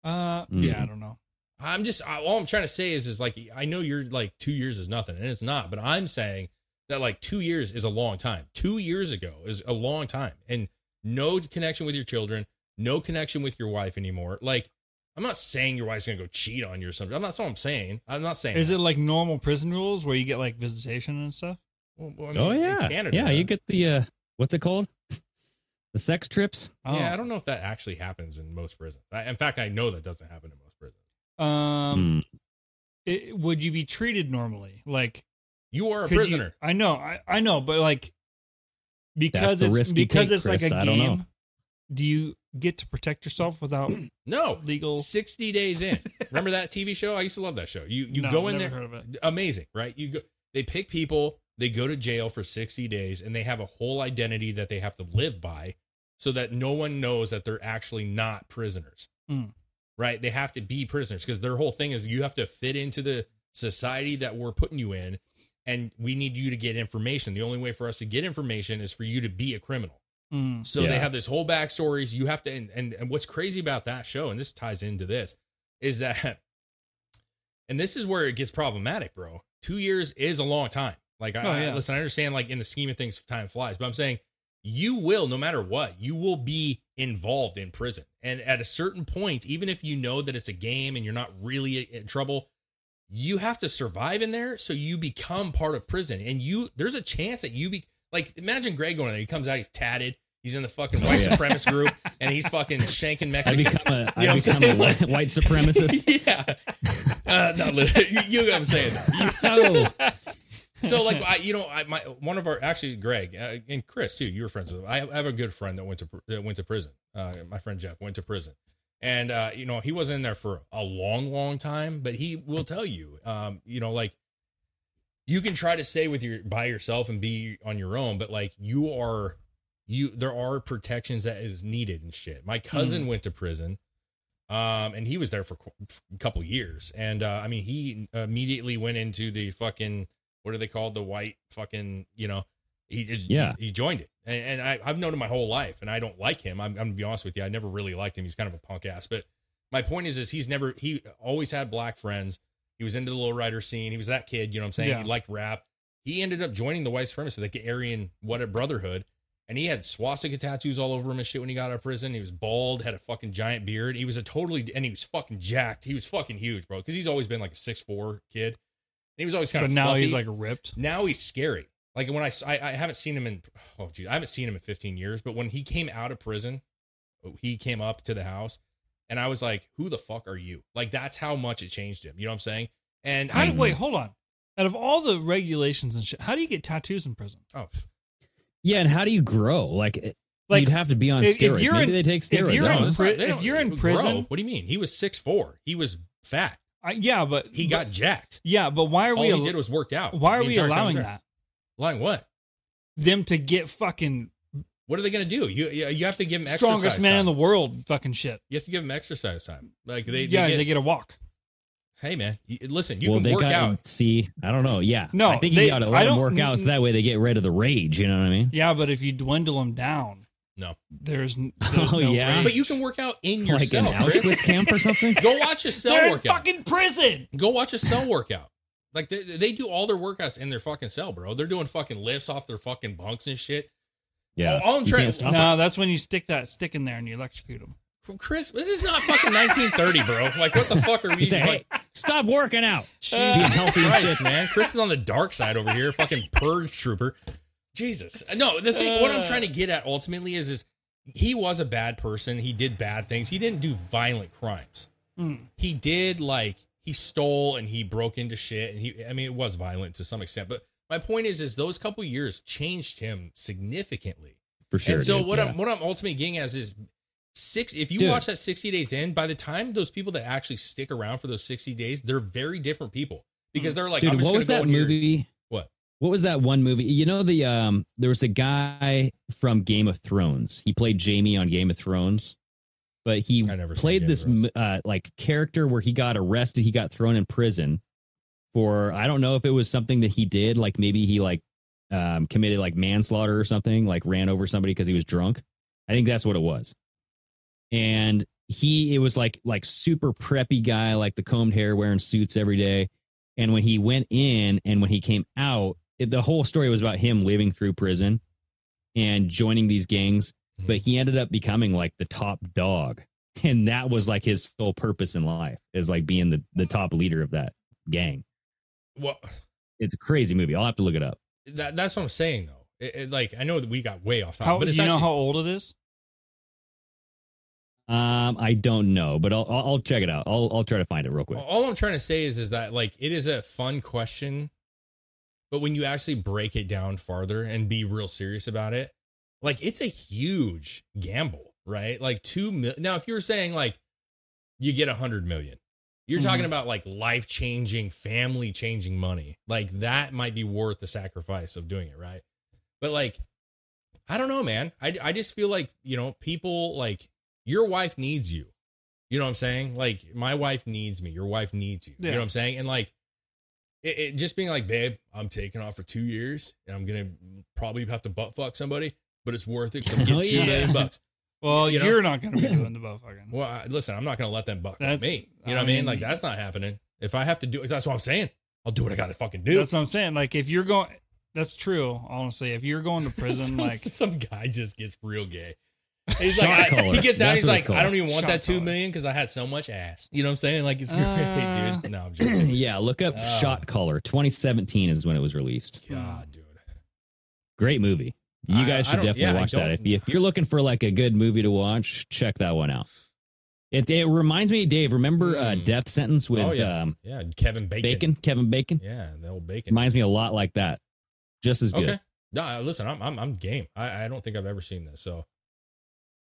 uh, Hmm. Mm. yeah, I don't know. I'm just I, all I'm trying to say is, is like, I know you're like two years is nothing, and it's not. But I'm saying that like two years is a long time. Two years ago is a long time, and no connection with your children, no connection with your wife anymore. Like, I'm not saying your wife's gonna go cheat on you or something. I'm not. That's all I'm saying. I'm not saying. Is that. it like normal prison rules where you get like visitation and stuff? Well, well, I oh mean, in yeah, Canada, yeah. You huh? get the uh, what's it called? The sex trips. Oh. Yeah, I don't know if that actually happens in most prisons. I, in fact, I know that doesn't happen in most prisons. Um, Hmm. it, would you be treated normally? Like You are a Could you- prisoner. I know, I, I know, but like because the it's risk you because take, it's like Chris. a I don't know. game. Do you get to protect yourself without No, legal? 60 days in. Remember that TV show? I used to love that show. You you No, go in never there. heard of it. Amazing, right? You go they pick people, they go to jail for 60 days and they have a whole identity that they have to live by so that no one knows that they're actually not prisoners. Mm. Right? They have to be prisoners because their whole thing is you have to fit into the society that we're putting you in and we need you to get information. The only way for us to get information is for you to be a criminal. Mm. So they Yeah. have this whole backstories. You have to, and, and and what's crazy about that show, and this ties into this, is that, and this is where it gets problematic, bro. Two years is a long time. Like, I, Oh, I- yeah. listen, I understand, like in the scheme of things, time flies, but I'm saying you will, no matter what, you will be involved in prison. And at a certain point, even if you know that it's a game and you're not really in trouble, you have to survive in there so you become part of prison and you there's a chance that you be like imagine greg going in there he comes out he's tatted he's in the fucking white yeah. supremacist group and he's fucking shanking Hmm. I mexicans become a, You know what I I'm become a saying? white, white supremacist. yeah uh, no literally, you, you know what i'm saying Oh, so like I, you know I, my one of our actually greg uh, and chris too you were friends with him. I, I have a good friend that went to pr- that went to prison uh, my friend jeff went to prison and uh, you know he wasn't in there for a long long time but he will tell you um, you know like you can try to stay with your by yourself and be on your own but like you are you there are protections that is needed and shit my cousin went to prison um and he was there for qu- f- a couple years and uh, i mean he immediately went into the fucking what are they called the white fucking you know he just, Yeah. he joined it and, and I, i've known him my whole life and i don't like him I'm, I'm gonna be honest with you i never really liked him he's kind of a punk ass but my point is is he's never he always had black friends he was into the lowrider scene he was that kid you know what i'm saying Yeah. he liked rap he ended up joining the white supremacy like the aryan what a brotherhood and he had swastika tattoos all over him and shit when he got out of prison he was bald had a fucking giant beard he was a totally and he was fucking jacked he was fucking huge bro because he's always been like a six four kid and he was always kind But of now fluffy. he's like ripped. Now he's scary. Like when I, s- I I haven't seen him in oh geez I haven't seen him in 15 years. But when he came out of prison, he came up to the house, and I was like, "Who the fuck are you?" Like that's how much it changed him. You know what I'm saying? And How I do, wait, hold on. Out of all the regulations and shit, how do you get tattoos in prison? oh yeah. And how do you grow? Like, Like, you'd have to be on if- if steroids. you're Maybe in- they take if steroids. you're in I don't know. it's not- pri- they if don't- you're in grow. prison- what do you mean? He was six four. He was fat. I, yeah, but He got jacked. Yeah, but why are All we? he al- did was worked out. why are the we entire time he was allowing there. that? Allowing what? Them to get fucking What are they gonna do? You you you have to give him exercise strongest man time. in the world fucking shit. You have to give him exercise time. Like they, they yeah, get, they get a walk. hey man, you, listen, you well, can they work got out. See, I don't know. Yeah, No, I think they- you got to I let them don't- work out so that way they get rid of the rage. You know what I mean? Yeah, but if you dwindle them down, No. there's, n- there's Oh, no yeah. rage. But you can work out in Like an yourself. Auschwitz Chris. camp or something. Go watch a cell They're in workout. fucking prison. Go watch a cell workout. Like they, they do all their workouts in their fucking cell, bro. They're doing fucking lifts off their fucking bunks and shit. Yeah, All I'm you trying- can't stop No, that's when you stick that stick in there and you electrocute them. Chris, this is not fucking 1930, bro. Like what the fuck are it. You we? say, like, "Hey, stop working out." Jesus Be healthy and Christ, shit. man. Chris is on the dark side over here, fucking purge trooper. Uh. Jesus. No, the thing what I'm trying to get at ultimately is is he was a bad person. He did bad things. He didn't do violent crimes. He did like he stole and he broke into shit and he I mean it was violent to some extent, but my point is is those couple years changed him significantly. For sure. And so dude. what Yeah. I'm what I'm ultimately getting at is six. If you Dude. watch that 60 days in, by the time those people that actually stick around for those 60 days, they're very different people because they're like, I'm Mm. dude, just what was gonna that go in here- movie? What? What was that one movie? You know the um there was a guy from Game of Thrones. He played Jamie on Game of Thrones. But he I never seen Game played of this Thrones. m- uh like character where he got arrested, he got thrown in prison for I don't know if it was something that he did, like maybe he like um committed like manslaughter or something, like ran over somebody cuz he was drunk. I think that's what it was. And he it was like like super preppy guy, like the combed hair, wearing suits every day. And when he went in and when he came out, it, the whole story was about him living through prison and joining these gangs. Hmm. But he ended up becoming like the top dog. And that was like his sole purpose in life is like being the, the top leader of that gang. Well, It's a crazy movie. I'll have to look it up. that, that's what I'm saying though. It, it- like I know that we got way off topic, How but do it's you know actually- how old it is? Um, I don't know, but I'll, I'll I'll check it out. I'll, I'll try to find it real quick. All I'm trying to say is, is that like it is a fun question, but when you actually break it down farther and be real serious about it, like it's a huge gamble, right? Like two mil- now, if you were saying like you get a hundred million, you're talking Mhm. about like life changing, family changing money, like that might be worth the sacrifice of doing it, right? But like, I don't know, man. I I just feel like you know people like your wife needs you. You know what I'm saying? Like my wife needs me. Your wife needs you. You Yeah. know what I'm saying? And like it, it just being like, babe, I'm taking off for two years and I'm gonna probably have to butt fuck somebody, but it's worth it. 'cause I'm getting Oh, two yeah. million bucks. Well, You know? you're not going to be doing the butt fucking. Well, I, listen, I'm not gonna let them buck That's- me. You know what I I mean? mean- Like that's not happening. If I have to do, that's what I'm saying. I'll do what I gotta fucking do. That's what I'm saying. Like if you're going, that's true. Honestly, if you're going to some, prison, like some guy just gets real gay. He's Shot like, I, caller. he gets out. That's He's what like, it's called. I don't even want Shot that two caller. million because I had so much ass. You know what I'm saying? Like it's great, Uh, dude. No, I'm joking. yeah, look up Oh. Shot Caller. 2017 is when it was released. God, dude. Great movie. You I- guys I should don't- definitely yeah, I watch that. don't- If, you- if you're looking for like a good movie to watch, check that one out. It, it reminds me, Dave. Remember uh, Mm. Death Sentence with oh yeah, um, yeah. Kevin Bacon. Bacon, Kevin Bacon? Yeah, the old Bacon. Reminds me a lot like that. Just as good. Okay. No, I- listen, I'm I'm, I'm game. I, I don't think I've ever seen this. So,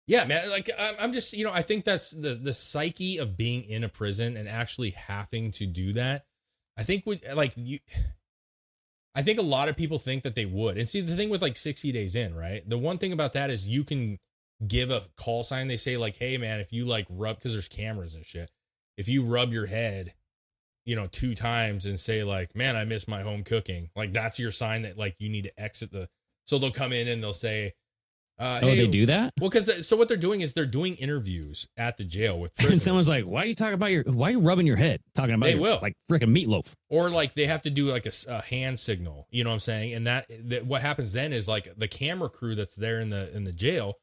yeah, man. Like I'm, I'm just you know I think that's the the psyche of being in a prison and actually having to do that. I think would like you. I think a lot of people think that they would. And see the thing with like 60 days in, right? The one thing about that is you can give a call sign. They say like, "Hey, man, if you like rub because there's cameras and shit. If you rub your head." you know, two times and say like, "Man, I miss my home cooking." Like that's your sign that like you need to exit the. So they'll come in and they'll say, uh, Oh, hey- they do that. Well, because so what they're doing is they're doing interviews at the jail with And prisoners, someone's like, "Why are you talking about your? Why are you rubbing your head? Talking about They your, will. like freaking meatloaf." or like they have to do like a, s- a hand signal. You know what I'm saying? And that, that what happens then is like the camera crew that's there in the in the jail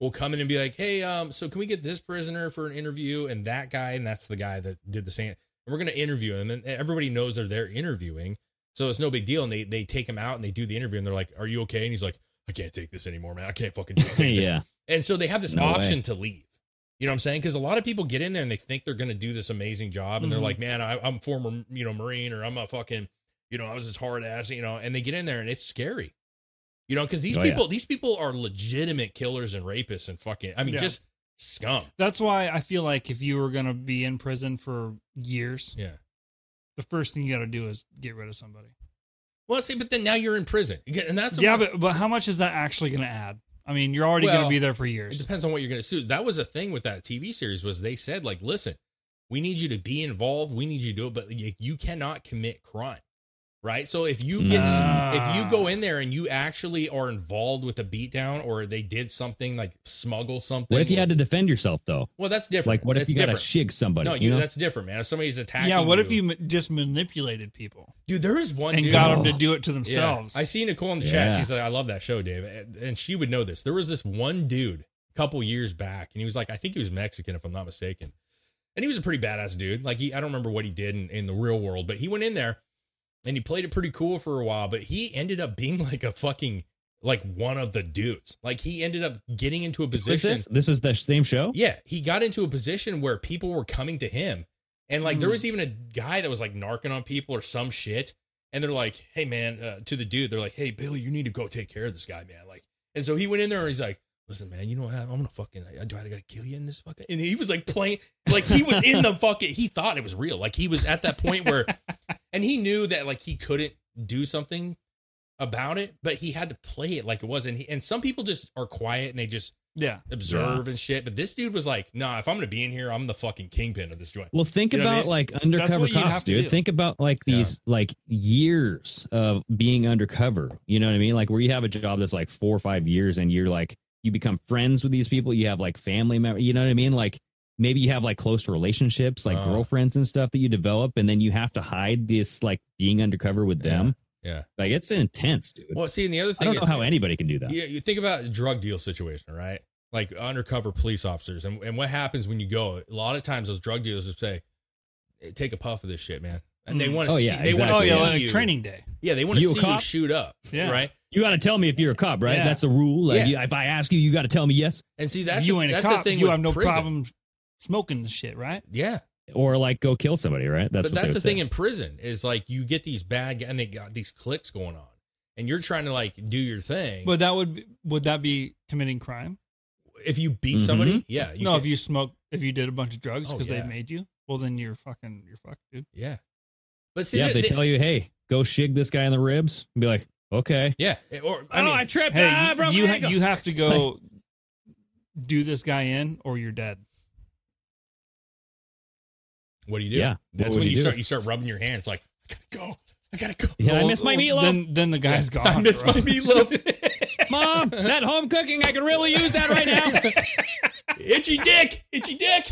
will come in and be like, "Hey, um, so can we get this prisoner for an interview and that guy and that's the guy that did the same." And we're gonna interview him, and everybody knows they're there interviewing, so it's no big deal. And they they take him out and they do the interview, and they're like, "Are you okay?" And he's like, "I can't take this anymore, man. I can't fucking do it." I can't take it." yeah, And so they have this No option way. to leave. You know what I'm saying? Because a lot of people get in there and they think they're going to do this amazing job, and they're Mhm. like, "Man, I, I'm former, you know, Marine, or I'm a fucking, you know, I was this hard ass, you know." And they get in there and it's scary, you know, because these Oh, yeah. people, these people are legitimate killers and rapists and fucking, I mean, Yeah. just scum. that's why I feel like if you were going to be in prison for years, Yeah. the first thing you got to do is get rid of somebody. Well, see, but then now you're in prison, and that's yeah, but but how much is that actually going to add? I mean, you're already going Well, to be there for It years. depends on what you're going to sue. That was a thing with that TV series was they said like, listen, we need you to be involved. We need you to do it, but you, you cannot commit crime, right? So if you get Nah. if you go in there and you actually are involved with a beatdown or they did something like smuggle something, what if you had to defend yourself though? Well, that's different. Like, what if That's you got to different. shig somebody? No, you, you, know? that's different, man. If somebody's attacking, Yeah, what if you ma- just manipulated people dude? There is one and dude, got them to do it to themselves? yeah. I see Nicole in the chat. Yeah. She's like, I love that show, Dave. And- And she would know this. There was this one dude a couple years back, and he was like, I think he was Mexican, if I'm not mistaken. And he was a pretty badass dude. Like, he, I don't remember what he did in, in the real world, but he went in there and he played it pretty cool for a while, but he ended up being like a fucking, like one of the dudes. Like, he ended up getting into a What's position. this? This is the same show. Yeah, he got into a position where people were coming to him, and like there was even a guy that was like narking on people or some shit, and they're like, "Hey man," uh, to the dude, they're like, "Hey Billy, you need to go take care of this guy, man." Like, and so he went in there and he's like, "Listen, man, you know what? I'm gonna fucking I, do I gotta kill you in this fucking?" And he was like playing, like he was in the fucking. He thought it was real, like he was at that point where, and he knew that like he couldn't do something about it, but he had to play it like it was, and he, and some people just are quiet and they just yeah. observe and shit. But this dude was like, nah, if I'm gonna be in here, I'm the fucking kingpin of this joint. Well, think You know what I about mean? like undercover what you'd have cops, to dude. do. Think about like these like years of being undercover. You know what I mean? Like where you have a job that's like four or five years, and you're like you become friends with these people. You have like family members. You know what I mean? Like maybe you have like close relationships, like Uh. girlfriends and stuff that you develop, and then you have to hide this like being undercover with Yeah, them. yeah. like it's intense, dude. Well, see, and the other I thing don't know is, how anybody can do that. you, you think about a drug deal situation, right? Like undercover police officers, and and what happens when you go? A lot of times, those drug dealers would say, "Hey, "Take a puff of this shit, man," and they Mm. want to Oh, see, yeah, they Oh want exactly. to yeah, see like you training day. Yeah, they want to You a see you cop? shoot up, Yeah. right? You got to tell me if you're a cop, right? Yeah. That's a rule. Like, Yeah. you- if I ask you, you got to tell me yes. And see, that's you the, ain't a that's cop. the thing. you with have no prison. problem smoking the shit, right? Yeah, Or like go kill somebody, right? That's but what they that's would the say. thing in prison is like you get these bad guys, and they got these clicks going on, and you're trying to like do your thing. But that would be, would that be committing crime? if you beat Mm-hmm. somebody, yeah, no, can- if you smoke, if you did a bunch of drugs Oh, because yeah. they made you, well then you're fucking, you're fucked, dude. Yeah. But see, yeah, if they, they, tell you, hey, go shig this guy in the ribs, and be like, okay. yeah, or I oh, mean, I tripped. Hey, ah, I you- broke you my ha- ankle. you have to go do this guy in or you're dead. what do you do? Yeah. What that's would when you you do? start. You start rubbing your hands like, I gotta go. I gotta go. Yeah, I Well, missed my meatloaf. Then, then the guy's gone. I missed bro. my meatloaf. Mom, that home cooking, I could really use that right now. Itchy dick. Itchy dick.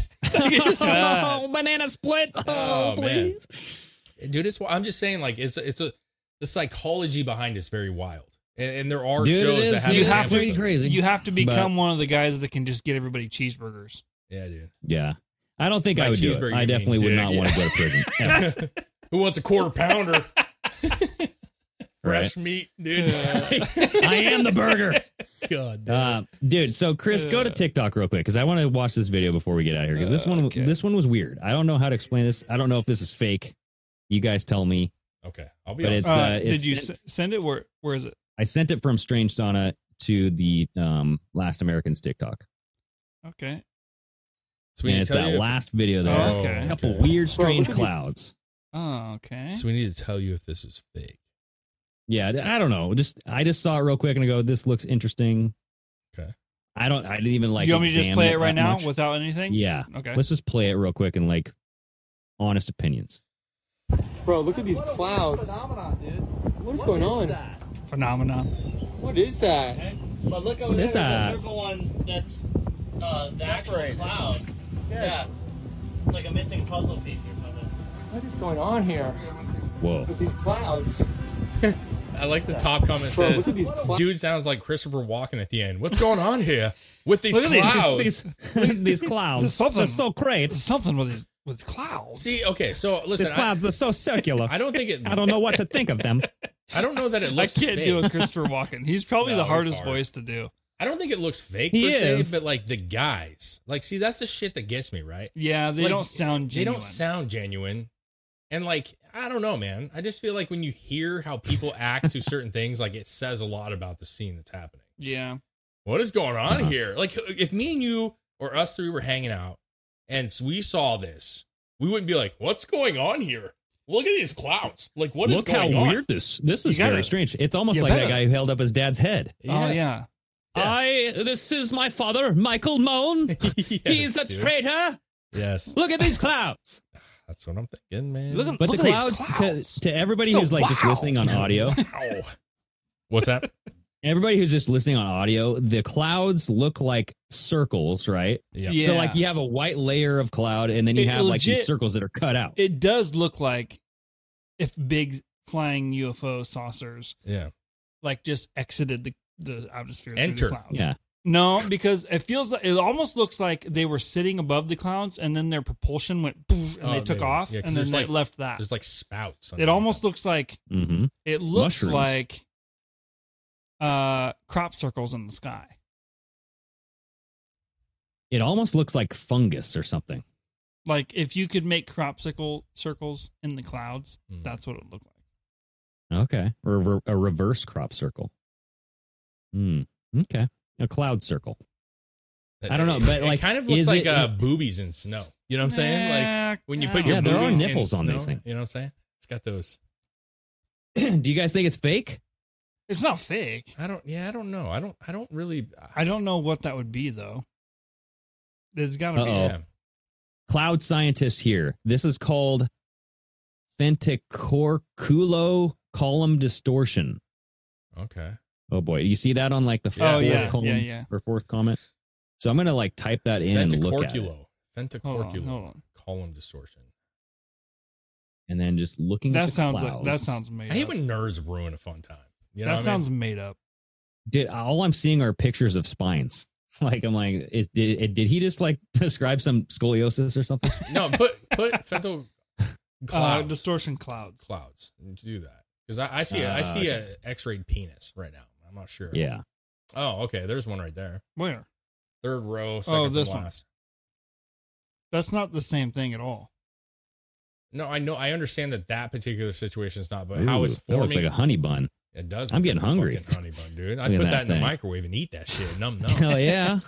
oh, banana split. Oh, Oh, man. please. Dude, it's. I'm just saying, like, it's it's a the psychology behind it's very wild, and, and there are Dude, shows it that is. have You that have to type of be stuff. crazy. You have to become But- one of the guys that can just get everybody cheeseburgers. Yeah, dude. yeah. I don't think By I would do cheeseburger, it. I you definitely mean dick. would not want to go to prison. Yeah, Who wants a quarter pounder? right. Fresh meat, dude. Uh, I am the burger. God damn. Uh, dude, so Chris, go Uh. to TikTok real quick because I want to watch this video before we get out of here because this one, okay. this one was weird. I don't know how to explain this. I don't know if this is fake. You guys tell me. okay, I'll be. but honest. It's, Uh, uh, did it's- you s- send it? Where Where is it? I sent it from Strange Sauna to the um, Last Americans TikTok, Okay. So we and need it's to tell that you- last video uh, there. Oh, okay. A couple weird, strange clouds. Oh, okay. So we need to tell you if this is fake. Yeah, I don't know. Just I just saw it real quick and I go, this looks interesting. Okay. I don't. I didn't even like. you want me to just examine play it it right that now much. without anything? Yeah. Okay. Let's just play it real quick and like honest opinions. Bro, look at these clouds. What is going on? Phenomena. What is that? But look over What there, there's is a that? circle one that's uh, the actual cloud. Yeah. It's like a missing puzzle piece or something. What is going on here Whoa. with these clouds? I like the top comment Bro, says, look at these clouds. "Dude sounds like Christopher Walken at the end." What's going on here with these Look at these- clouds? These these clouds. There's something- They're so great. It's something with his with clouds. See, okay, so listen, These clouds. They're so circular. I, I don't think it. I don't know what to think of them. I don't know that it I looks. can't fake. do a Christopher Walken. He's probably No, the it's hardest hard. voice to do. I don't think it looks fake He per se, is. but like the guys, like, see, that's the shit that gets me, right? Yeah, they Like, don't sound They genuine. don't sound genuine, and like, I don't know, man. I just feel like when you hear how people act to certain things, like it says a lot about the scene that's happening. Yeah. What is going on Uh-huh. here? Like, if me and you or us three were hanging out and we saw this, we wouldn't be like, "What's going on here? Look at these clouds! Like, what is Look how going on?" weird this. This is You gotta- very strange. It's almost You like better. that guy who held up his dad's head. Oh Yes. yeah. I. This is my father, Michael Moan. Yes, He's a dude. traitor. Yes, Look at these clouds. that's what I'm thinking, man. Look at But look the at these clouds, clouds. To, to everybody So who's like just wow. listening on audio, Ow. What's that? everybody who's just listening on audio, the clouds look like circles, right? Yeah. So like you have a white layer of cloud, and then you It have like legit- these circles that are cut out. It does look like if big flying UFO saucers Yeah. like just exited the the atmosphere through Enter. the clouds. yeah, No, because it feels like it almost looks like they were sitting above the clouds and then their propulsion went poof, and Oh, they took maybe. off Yeah, 'cause and then there's they like- left that. There's like spouts. It almost looks like hmm it looks Mushrooms. like uh crop circles in the sky. it almost looks like fungus or something. Like if you could make cropsicle circles in the clouds, Mm. that's what it looked like. Okay, or a re- a reverse crop circle. Hmm. Okay, a cloud circle. I don't know, but, It- like, it kind of looks is like it- uh, boobies in snow. You know what I'm saying? Like Nah, when you put no. your Yeah, there are boobies nipples in on snow, these things. You know what I'm saying? It's got those. Do you guys think it's fake? It's not fake. I don't. Yeah, I don't know. I don't. I don't really. I don't know what that would be though. There's got to be. Uh-oh. Yeah. Cloud scientist here. This is called Fenticorculo column distortion. Okay. Oh boy, you see that on like the Yeah. Oh, fourth yeah. column Yeah, yeah. or fourth comment. So I'm gonna like type that in and look at it, Fentacorculo. Fentacorculo. Hold on, hold on. Column distortion. and then just looking. at That the sounds clouds. like that sounds made. I hate Up. when nerds ruin a fun time. You know that what sounds I mean? made up. Did all I'm seeing are pictures of spines. Like I'm like, is, did it, did he just like describe some scoliosis or something? no. Put put fental Uh, clouds. distortion clouds. clouds. Do that because I, I see a I Ah, see a X-rayed penis right now. I'm not sure. yeah, Oh, okay. There's one right there. Where? Third row. Second Oh, this from one. last. That's not the same thing at all. No, I know. I understand that that particular situation is not, but Ooh, how it's that forming. looks like a honey bun. it does. I'm look like getting a hungry. fucking Honey bun, dude. I Look put that, at that in the thing. microwave and eat that shit. Num num. Hell yeah,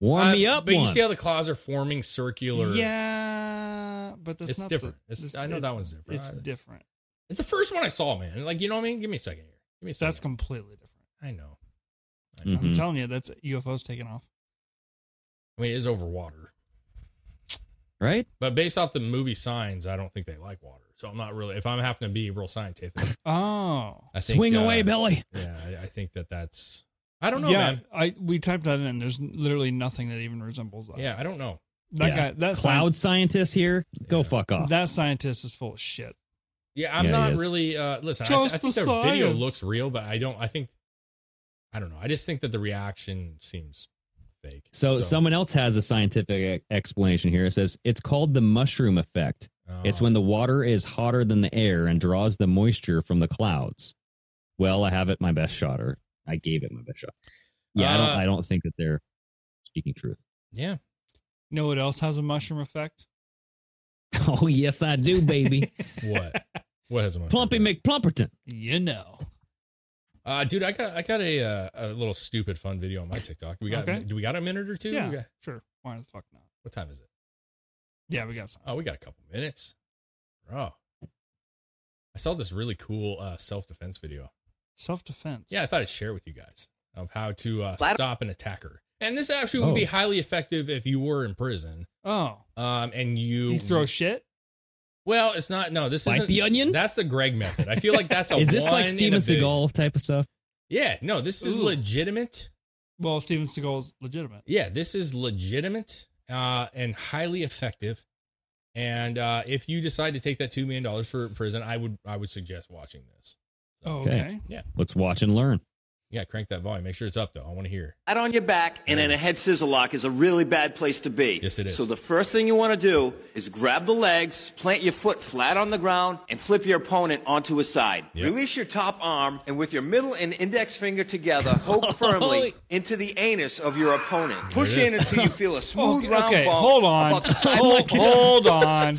warm Uh, me up. But one. you see how the claws are forming circular. Yeah, but that's It's not different. The, It's- I know that one's different. It's I- different. It's the first one I saw, man. Like you know what I mean? Give me a second here. Give me a second. That's completely different. I know. Mhm. Mm-hmm. I'm telling you, that's UFOs taking off. I mean, it is over water, right? but based off the movie Signs, I don't think they like water. so I'm not really. If I'm having to be real scientific, Oh. I think, Swing away, uh, Billy. Yeah, I, I think that that's. I don't know, yeah, man. I we typed that in. There's literally nothing that even resembles that. Yeah, I don't know. That Yeah. guy that Cloud scientist here, go fuck sci- off. that scientist is full of shit. Yeah, I'm Yeah, he not is. really. Uh, listen, I, th- Trust I think the their video science. looks real, but I don't. I think. I don't know. I just think that the reaction seems fake. so, someone else has a scientific e- explanation here. It says it's called the mushroom effect. Oh. It's when the water is hotter than the air and draws the moisture from the clouds. Well, I have it my best shot, or I gave it my best shot. Yeah, I Uh, don't. I don't think that they're speaking truth. Yeah. You know what else has a mushroom effect? Oh yes, I do, baby. What? what has a mushroom? Plumpy McPlumperton. You know. Uh, dude, I got I got a uh, a little stupid fun video on my TikTok. We got Okay. do we got a minute or two? yeah. We got- Sure. Why the fuck not? what time is it? Yeah, we got some. Oh, we got a couple minutes, bro. I saw this really cool uh, self defense video. Self defense. Yeah, I thought I'd share with you guys of how to uh, stop an attacker. And this actually Oh. would be highly effective if you were in prison. Oh. Um, and you, You throw shit? well, it's not. No, this Like isn't the onion? That's the Greg method. I feel like that's a. Is this one like in a Steven billion. Seagal type of stuff? Yeah, no, this is Ooh. legitimate. Well, Steven Seagal's legitimate. Yeah, this is legitimate uh, and highly effective. And uh, if you decide to take that two million dollars for prison, I would I would suggest watching this. Oh, Okay. okay. Let's watch and learn. Yeah, crank that volume. Make sure it's up though. I want to hear. Flat on your back and in a head scissor lock is a really bad place to be. Yes, it is. So the first thing you want to do is grab the legs, plant your foot flat on the ground, and flip your opponent onto his side. Yep. Release your top arm and with your middle and index finger together, poke firmly into the anus of your opponent. Push it in is. until you feel a smooth Oh, Okay, round okay, bump hold on. about the size of Hold, hold on.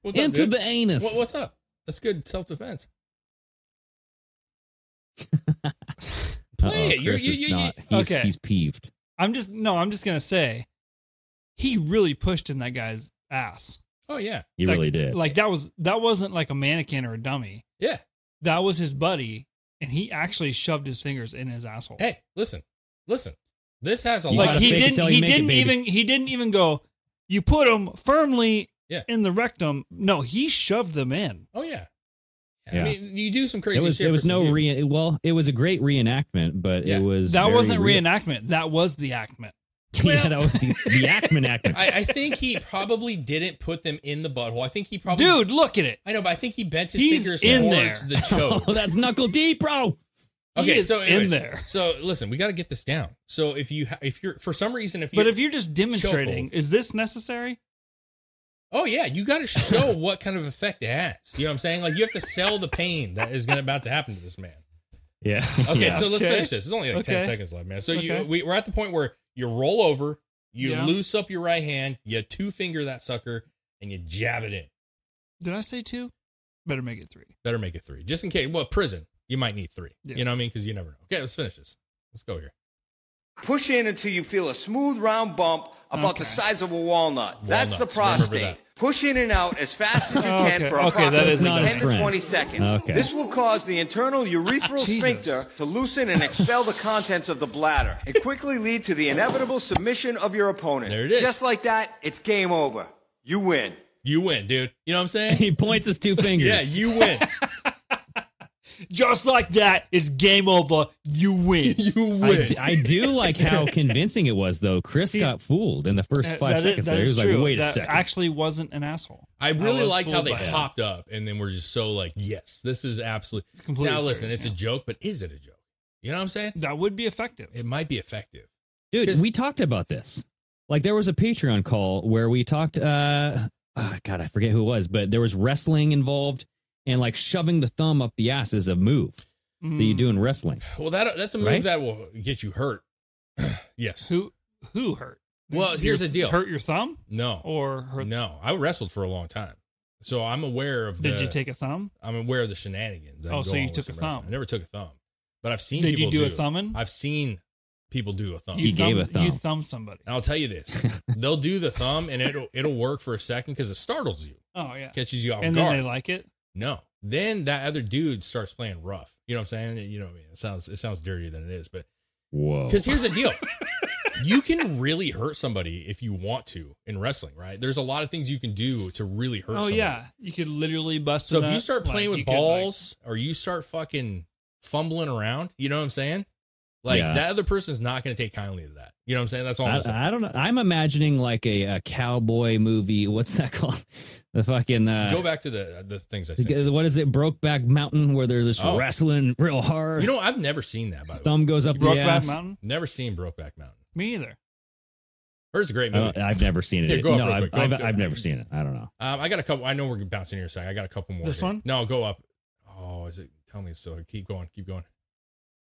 What's Into dude? the anus. What, what's up? That's good self defense. Play Uh-oh, it. You're- Chris you- is you- you- not. He's, Okay. he's peeved. I'm just no, I'm just gonna say he really pushed in that guy's ass. Oh yeah, He Like- really did. Like that was that wasn't like a mannequin or a dummy. yeah. That was his buddy, and he actually shoved his fingers in his asshole. Hey, listen, listen. This has a lot. You like gotta Of, he fake it didn't till you he make it, didn't baby. even he didn't even go you put them firmly Yeah. in the rectum no he shoved them in oh yeah. I Yeah. mean, you do some crazy. it was shit it for was some no views. re well it was a great reenactment but Yeah. it was that very wasn't real. reenactment that was the actment yeah that was the, the Ackman actment I, I think he probably didn't put them in the butthole. I think he probably dude look at it I know, but I think he bent his He's fingers in towards there. the choke. oh that's knuckle deep bro Okay, is so in anyways, there. So listen, we got to get this down. So if you ha- if you're for some reason if you but if you're just demonstrating Chokehold. is this necessary oh yeah you got to show what kind of effect it has. You know what I'm saying? Like you have to sell the pain that is going about to happen to this man. yeah Okay, Yeah. so let's Okay. finish this. There's only like ten Okay. seconds left, man. So you Okay. we, we're at the point where you roll over, you Yeah. loose up your right hand, you two finger that sucker, and you jab it in. did i say two better make it three Better make it three, just in case. Well, prison, you might need three. Yeah. You know what I mean? Because you never know. Okay, let's finish this. Let's go here. Push in until you feel a smooth round bump about the Okay. size of a walnut. That's the Walnuts, remember prostate. that. Push in and out as fast as you Okay, can for okay, that approximately is not a 10 to sprint. 20 seconds. Okay. This will cause the internal urethral Jesus. sphincter to loosen and expel the contents of the bladder and quickly lead to the inevitable submission of your opponent. There it is. Just like that, it's game over. You win. You win, dude. You know what I'm saying? he points his two fingers Yeah, you win. just like that it's game over you win you win. I, d- I do like how convincing it was though Chris got fooled in the first That- five that is- seconds that there he is was true. like wait That a second actually wasn't an asshole I really was liked how fooled they by that. hopped up and then we're just so like, yes, this is absolutely. completely now, listen, serious, it's a yeah. joke, but is it a joke? You know what I'm saying? that would be effective It might be effective. dude 'Cause- we talked about this like there was a patreon call where we talked uh oh, god i forget who it was but there was wrestling involved and like shoving the thumb up the ass is a move that you Mm. do in wrestling Well, that that's a move Right? that will get you hurt. yes. who who hurt Well, Your here's the th- deal. hurt your thumb No. or hurt no. I wrestled for a long time, so I'm aware of. Did the, you take a thumb? I'm aware of the shenanigans. that Oh, go so you on with took some a wrestling. thumb. I never took a thumb, but I've seen. Did you people do a thumbing? I've seen people do a thumb. You He gave a thumb. Mm-hmm. You thumb somebody. And I'll tell you this: they'll do the thumb, and it'll it'll work for a second because it startles you, Oh yeah. catches you off And guard. then they like it. no, then that other dude starts playing Oh. rough. You know what I'm saying? You know what I mean? It sounds it sounds dirtier than it is, but whoa because here's the deal: you can really hurt somebody if you want to in wrestling, right? There's a lot of things you can do to really hurt Oh somebody. yeah, you could literally bust. So a if you nut, start like, playing you with could, like- balls or you start fucking fumbling around, you know what I'm saying? Like Yeah. that other person's not going to take kindly to that. You know what I'm saying? That's all I'm saying. I, I don't know. I'm imagining like a, a cowboy movie. What's that called? The fucking uh, Go back to the the things I said. the- What is it? Brokeback Mountain, where they're just Oh. wrestling real hard. You know, I've never seen that. By the way, thumb goes up the Brokeback ass. Mountain? never seen Brokeback Mountain. Me either. Heard it's a great I movie. don't- I've never seen it. Here, go up no, real I've, quick. Go I've, up to I've it. never seen it. I don't know. Um, I got a couple. I know we're bouncing here a second. I got a couple more. This here. one? No, go up. Oh, is it? Tell me it's still. here. Keep going. Keep going.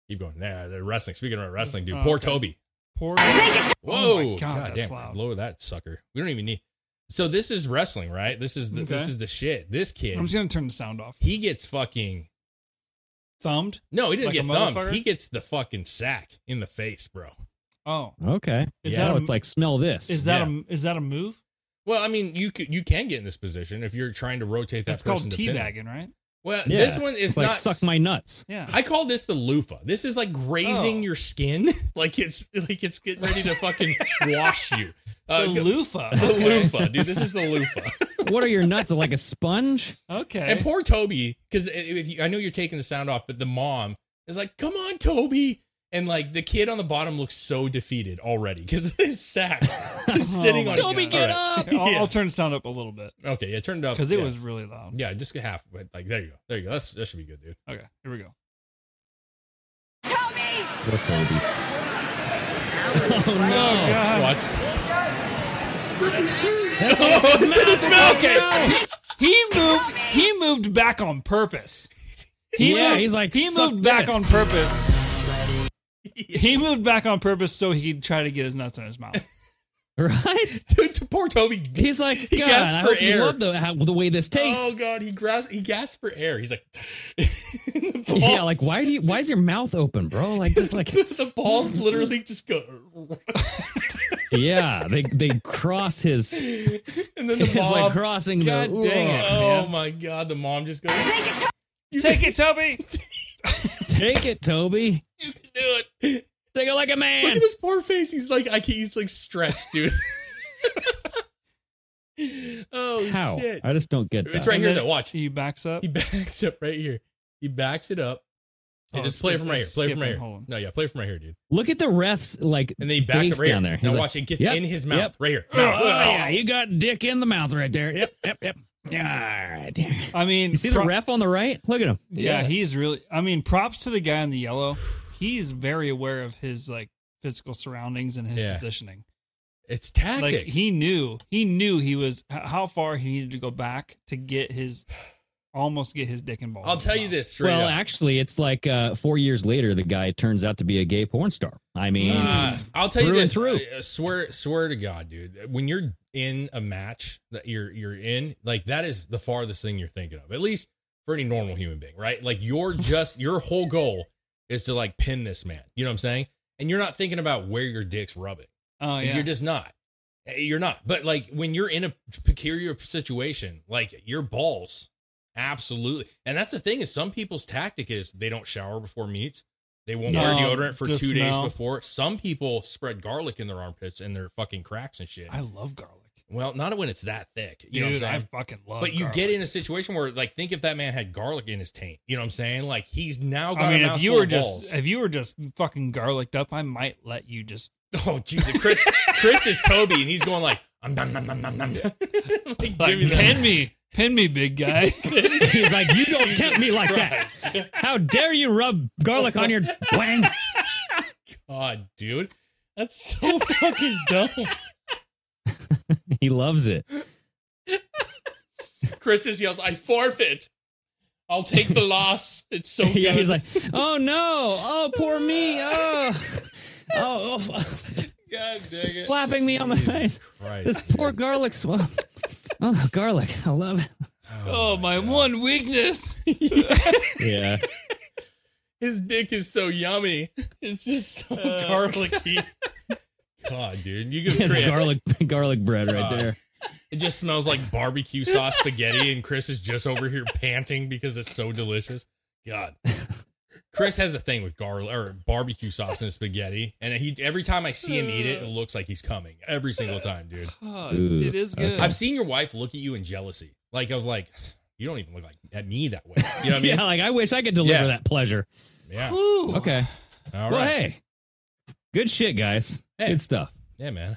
Keep going. Nah, they're wrestling. Speaking of wrestling, dude. Oh, poor okay. Toby. Poor. Whoa! Oh my God, that's damn! loud. Lower that sucker. We don't even need. So this is wrestling, right? This is the, this Okay. is the shit. This kid, I'm just gonna turn the sound off. he gets fucking. Thumbed. No, he didn't Like a get thumbed. motherfucker? He gets the fucking sack in the face, bro. Oh, Okay. Is yeah. that oh, a- it's like smell this. is that Yeah. a is that a move? Well, I mean, you c- you can get in this position if you're trying to rotate that. That's called person to pin him. teabagging, right? Well, yeah. this one is It's like not suck my nuts. Yeah. I call this the loofah. This is like grazing Oh. your skin, like it's like it's getting ready to fucking wash you. the uh, go- loofah. the Okay. loofah, dude. This is the loofah. what are your nuts? Like a sponge? Okay. and poor Toby, because if you, I know you're taking the sound off, but the mom is like, "Come on, Toby." And like the kid on the bottom looks so defeated already because his sack is Oh sitting my on. Toby, get up! I'll, I'll turn the sound up a little bit okay, yeah, turn it up because it yeah. was really loud. Yeah, just get half. But like, there you go, there you go. That's that should be good, dude. Okay, here we go. Poor Toby. Oh no. God. Watch. That's all that's in his mouth. Okay. He, he moved. He moved back on purpose. He Yeah, moved, he's like, he "Suck moved back this." on purpose. He moved back on purpose so he could try to get his nuts in his mouth. Right? Dude, poor Toby. He's like, He God, gasped I for hope you air. love the, how, the way this tastes. Oh god, he grasped. He gasped for air. He's like, Oh, yeah, like why do you? Why is your mouth open, bro? Like just like the balls literally just go, yeah, they they cross his. and then the It's like mom. crossing God the. dang it. oh man. my god, the mom just goes, Take it, Toby. Take it, Toby. "You can do it." Take it like a Look man. at his poor face. He's like, I can't. He's like stretched, dude. oh How? shit! I just don't get that. It's right And here. then Though, watch. He backs up. He backs up right here. He backs it up. Hey, Oh, just play it it's- from right here. it's Play it from right skipping. here. Hold on. No, yeah, play it from right here, dude. Look at the refs, like And then he backs face it right down here. there. Now He's like, watch, it gets yep, in his mouth yep. right here. Oh, yeah, you got dick in the mouth right there. Yep, yep, yep. All right. I mean, You see the pro- ref on the right? Look at him. Yeah, he's really. I mean, props to the guy in the yellow. He's very aware of his like physical surroundings and his Yeah. positioning. It's tactics. Like he knew, he knew he was h- how far he needed to go back to get his, almost get his dick and balls. I'll in his tell you mouth. this straight Well, up. actually, it's like uh, four years later, the guy turns out to be a gay porn star. I mean, Uh, I'll tell you Through and this. through. I- I swear, swear to God, dude. When you're in a match that you're you're in, like that is the farthest thing you're thinking of. At least for any normal human being, right? Like you're just your whole goal is to like pin this man. You know what I'm saying? And you're not thinking about where your dick's rubbing. Oh yeah, You're just not. Eh, You're not. But like when you're in a peculiar situation, like your balls, absolutely. And that's the thing is some people's tactic is they don't shower before meats. They won't wear No, deodorant for just two days no. before. Some people spread garlic in their armpits and their fucking cracks and shit. I love garlic. well, not when it's that thick. You Dude, know what I'm saying? I fucking love. but you garlic. get in a situation where, like, think if that man had garlic in his taint. You know what I'm saying? Like, he's now got I mean, a if you mouthful were of just balls. if you were just fucking garlicked up, I might let you just. Oh Jesus, Chris! Chris is Toby, and he's going like, "I'm nom nom nom nom nom." like, give Like, me that. pin me, pin me, big guy. he's like, you don't tempt me like that. How dare you rub garlic on your wang? God, dude, that's so fucking dumb. He loves it. Chris is yells, "I forfeit. I'll take the loss. It's so good." Yeah, he's like, oh no, oh poor me, oh, oh, oh, "God dang it!" slapping me on the face. Jesus Christ, This poor garlic swell. Oh, garlic, I love it. oh my God. one weakness. Yeah, His dick is so yummy. It's just so Uh. garlicky. God, dude, you could it's create. garlic, garlic bread right there. It just smells like barbecue sauce spaghetti, and Chris is just over here panting because it's so delicious. God, Chris has a thing with garlic or barbecue sauce in his spaghetti, and he every time I see him eat it, it looks like he's coming every single time, dude. Oh, it's- it is good. I've seen your wife look at you in jealousy, like of like, you don't even look like at me that way. You know what I mean? yeah, like I wish I could deliver Yeah. that pleasure. Yeah. Okay. All Well, right. hey, good shit, guys. Hey. Good stuff. Yeah, man.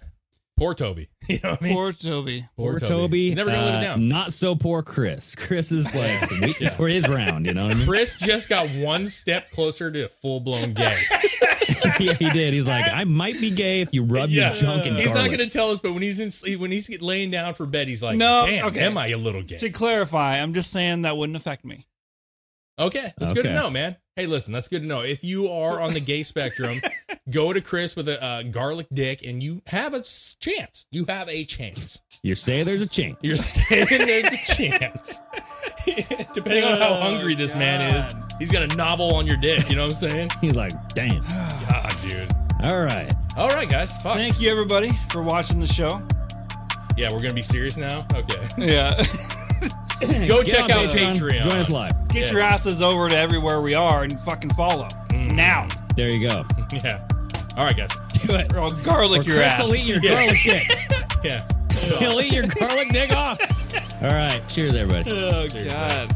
Poor Toby. You know what I mean? Poor Toby. Poor, Toby. He's never gonna live it uh, down. Not so poor Chris. Chris is like the week Yeah. before his round. You know what I mean? Chris just got one step closer to full blown gay. yeah, he did. He's like, I might be gay if you rub Yeah. your junk in he's garlic. not going to tell us, but when he's in sleep, when he's laying down for bed, he's like, No, damn, okay. am I a little gay? To clarify, I'm just saying that wouldn't affect me. Okay, that's good to Okay. know, man. Hey, listen, that's good to know. If you are on the gay spectrum, go to Chris with a uh, garlic dick, and you have a s- chance. You have a chance. You say there's a chink. You're saying there's a chance. Depending on Oh, how hungry this man is, he's got a knobble on your dick. You know what I'm saying? He's like, damn. God, dude. All right. All right, guys. Fuck. Thank you, everybody, for watching the show. yeah, we're gonna be serious now. Okay. Yeah. Go Get check on out Patreon. Join us live. Get Yeah. your asses over to everywhere we are and fucking follow. Now. There you go. Yeah. All right, guys. Do it. Or I'll garlic Or your Chris ass. will eat your Yeah. garlic dick. Yeah. He'll eat your garlic dick off. All right. Cheers, everybody. oh, Seriously. God.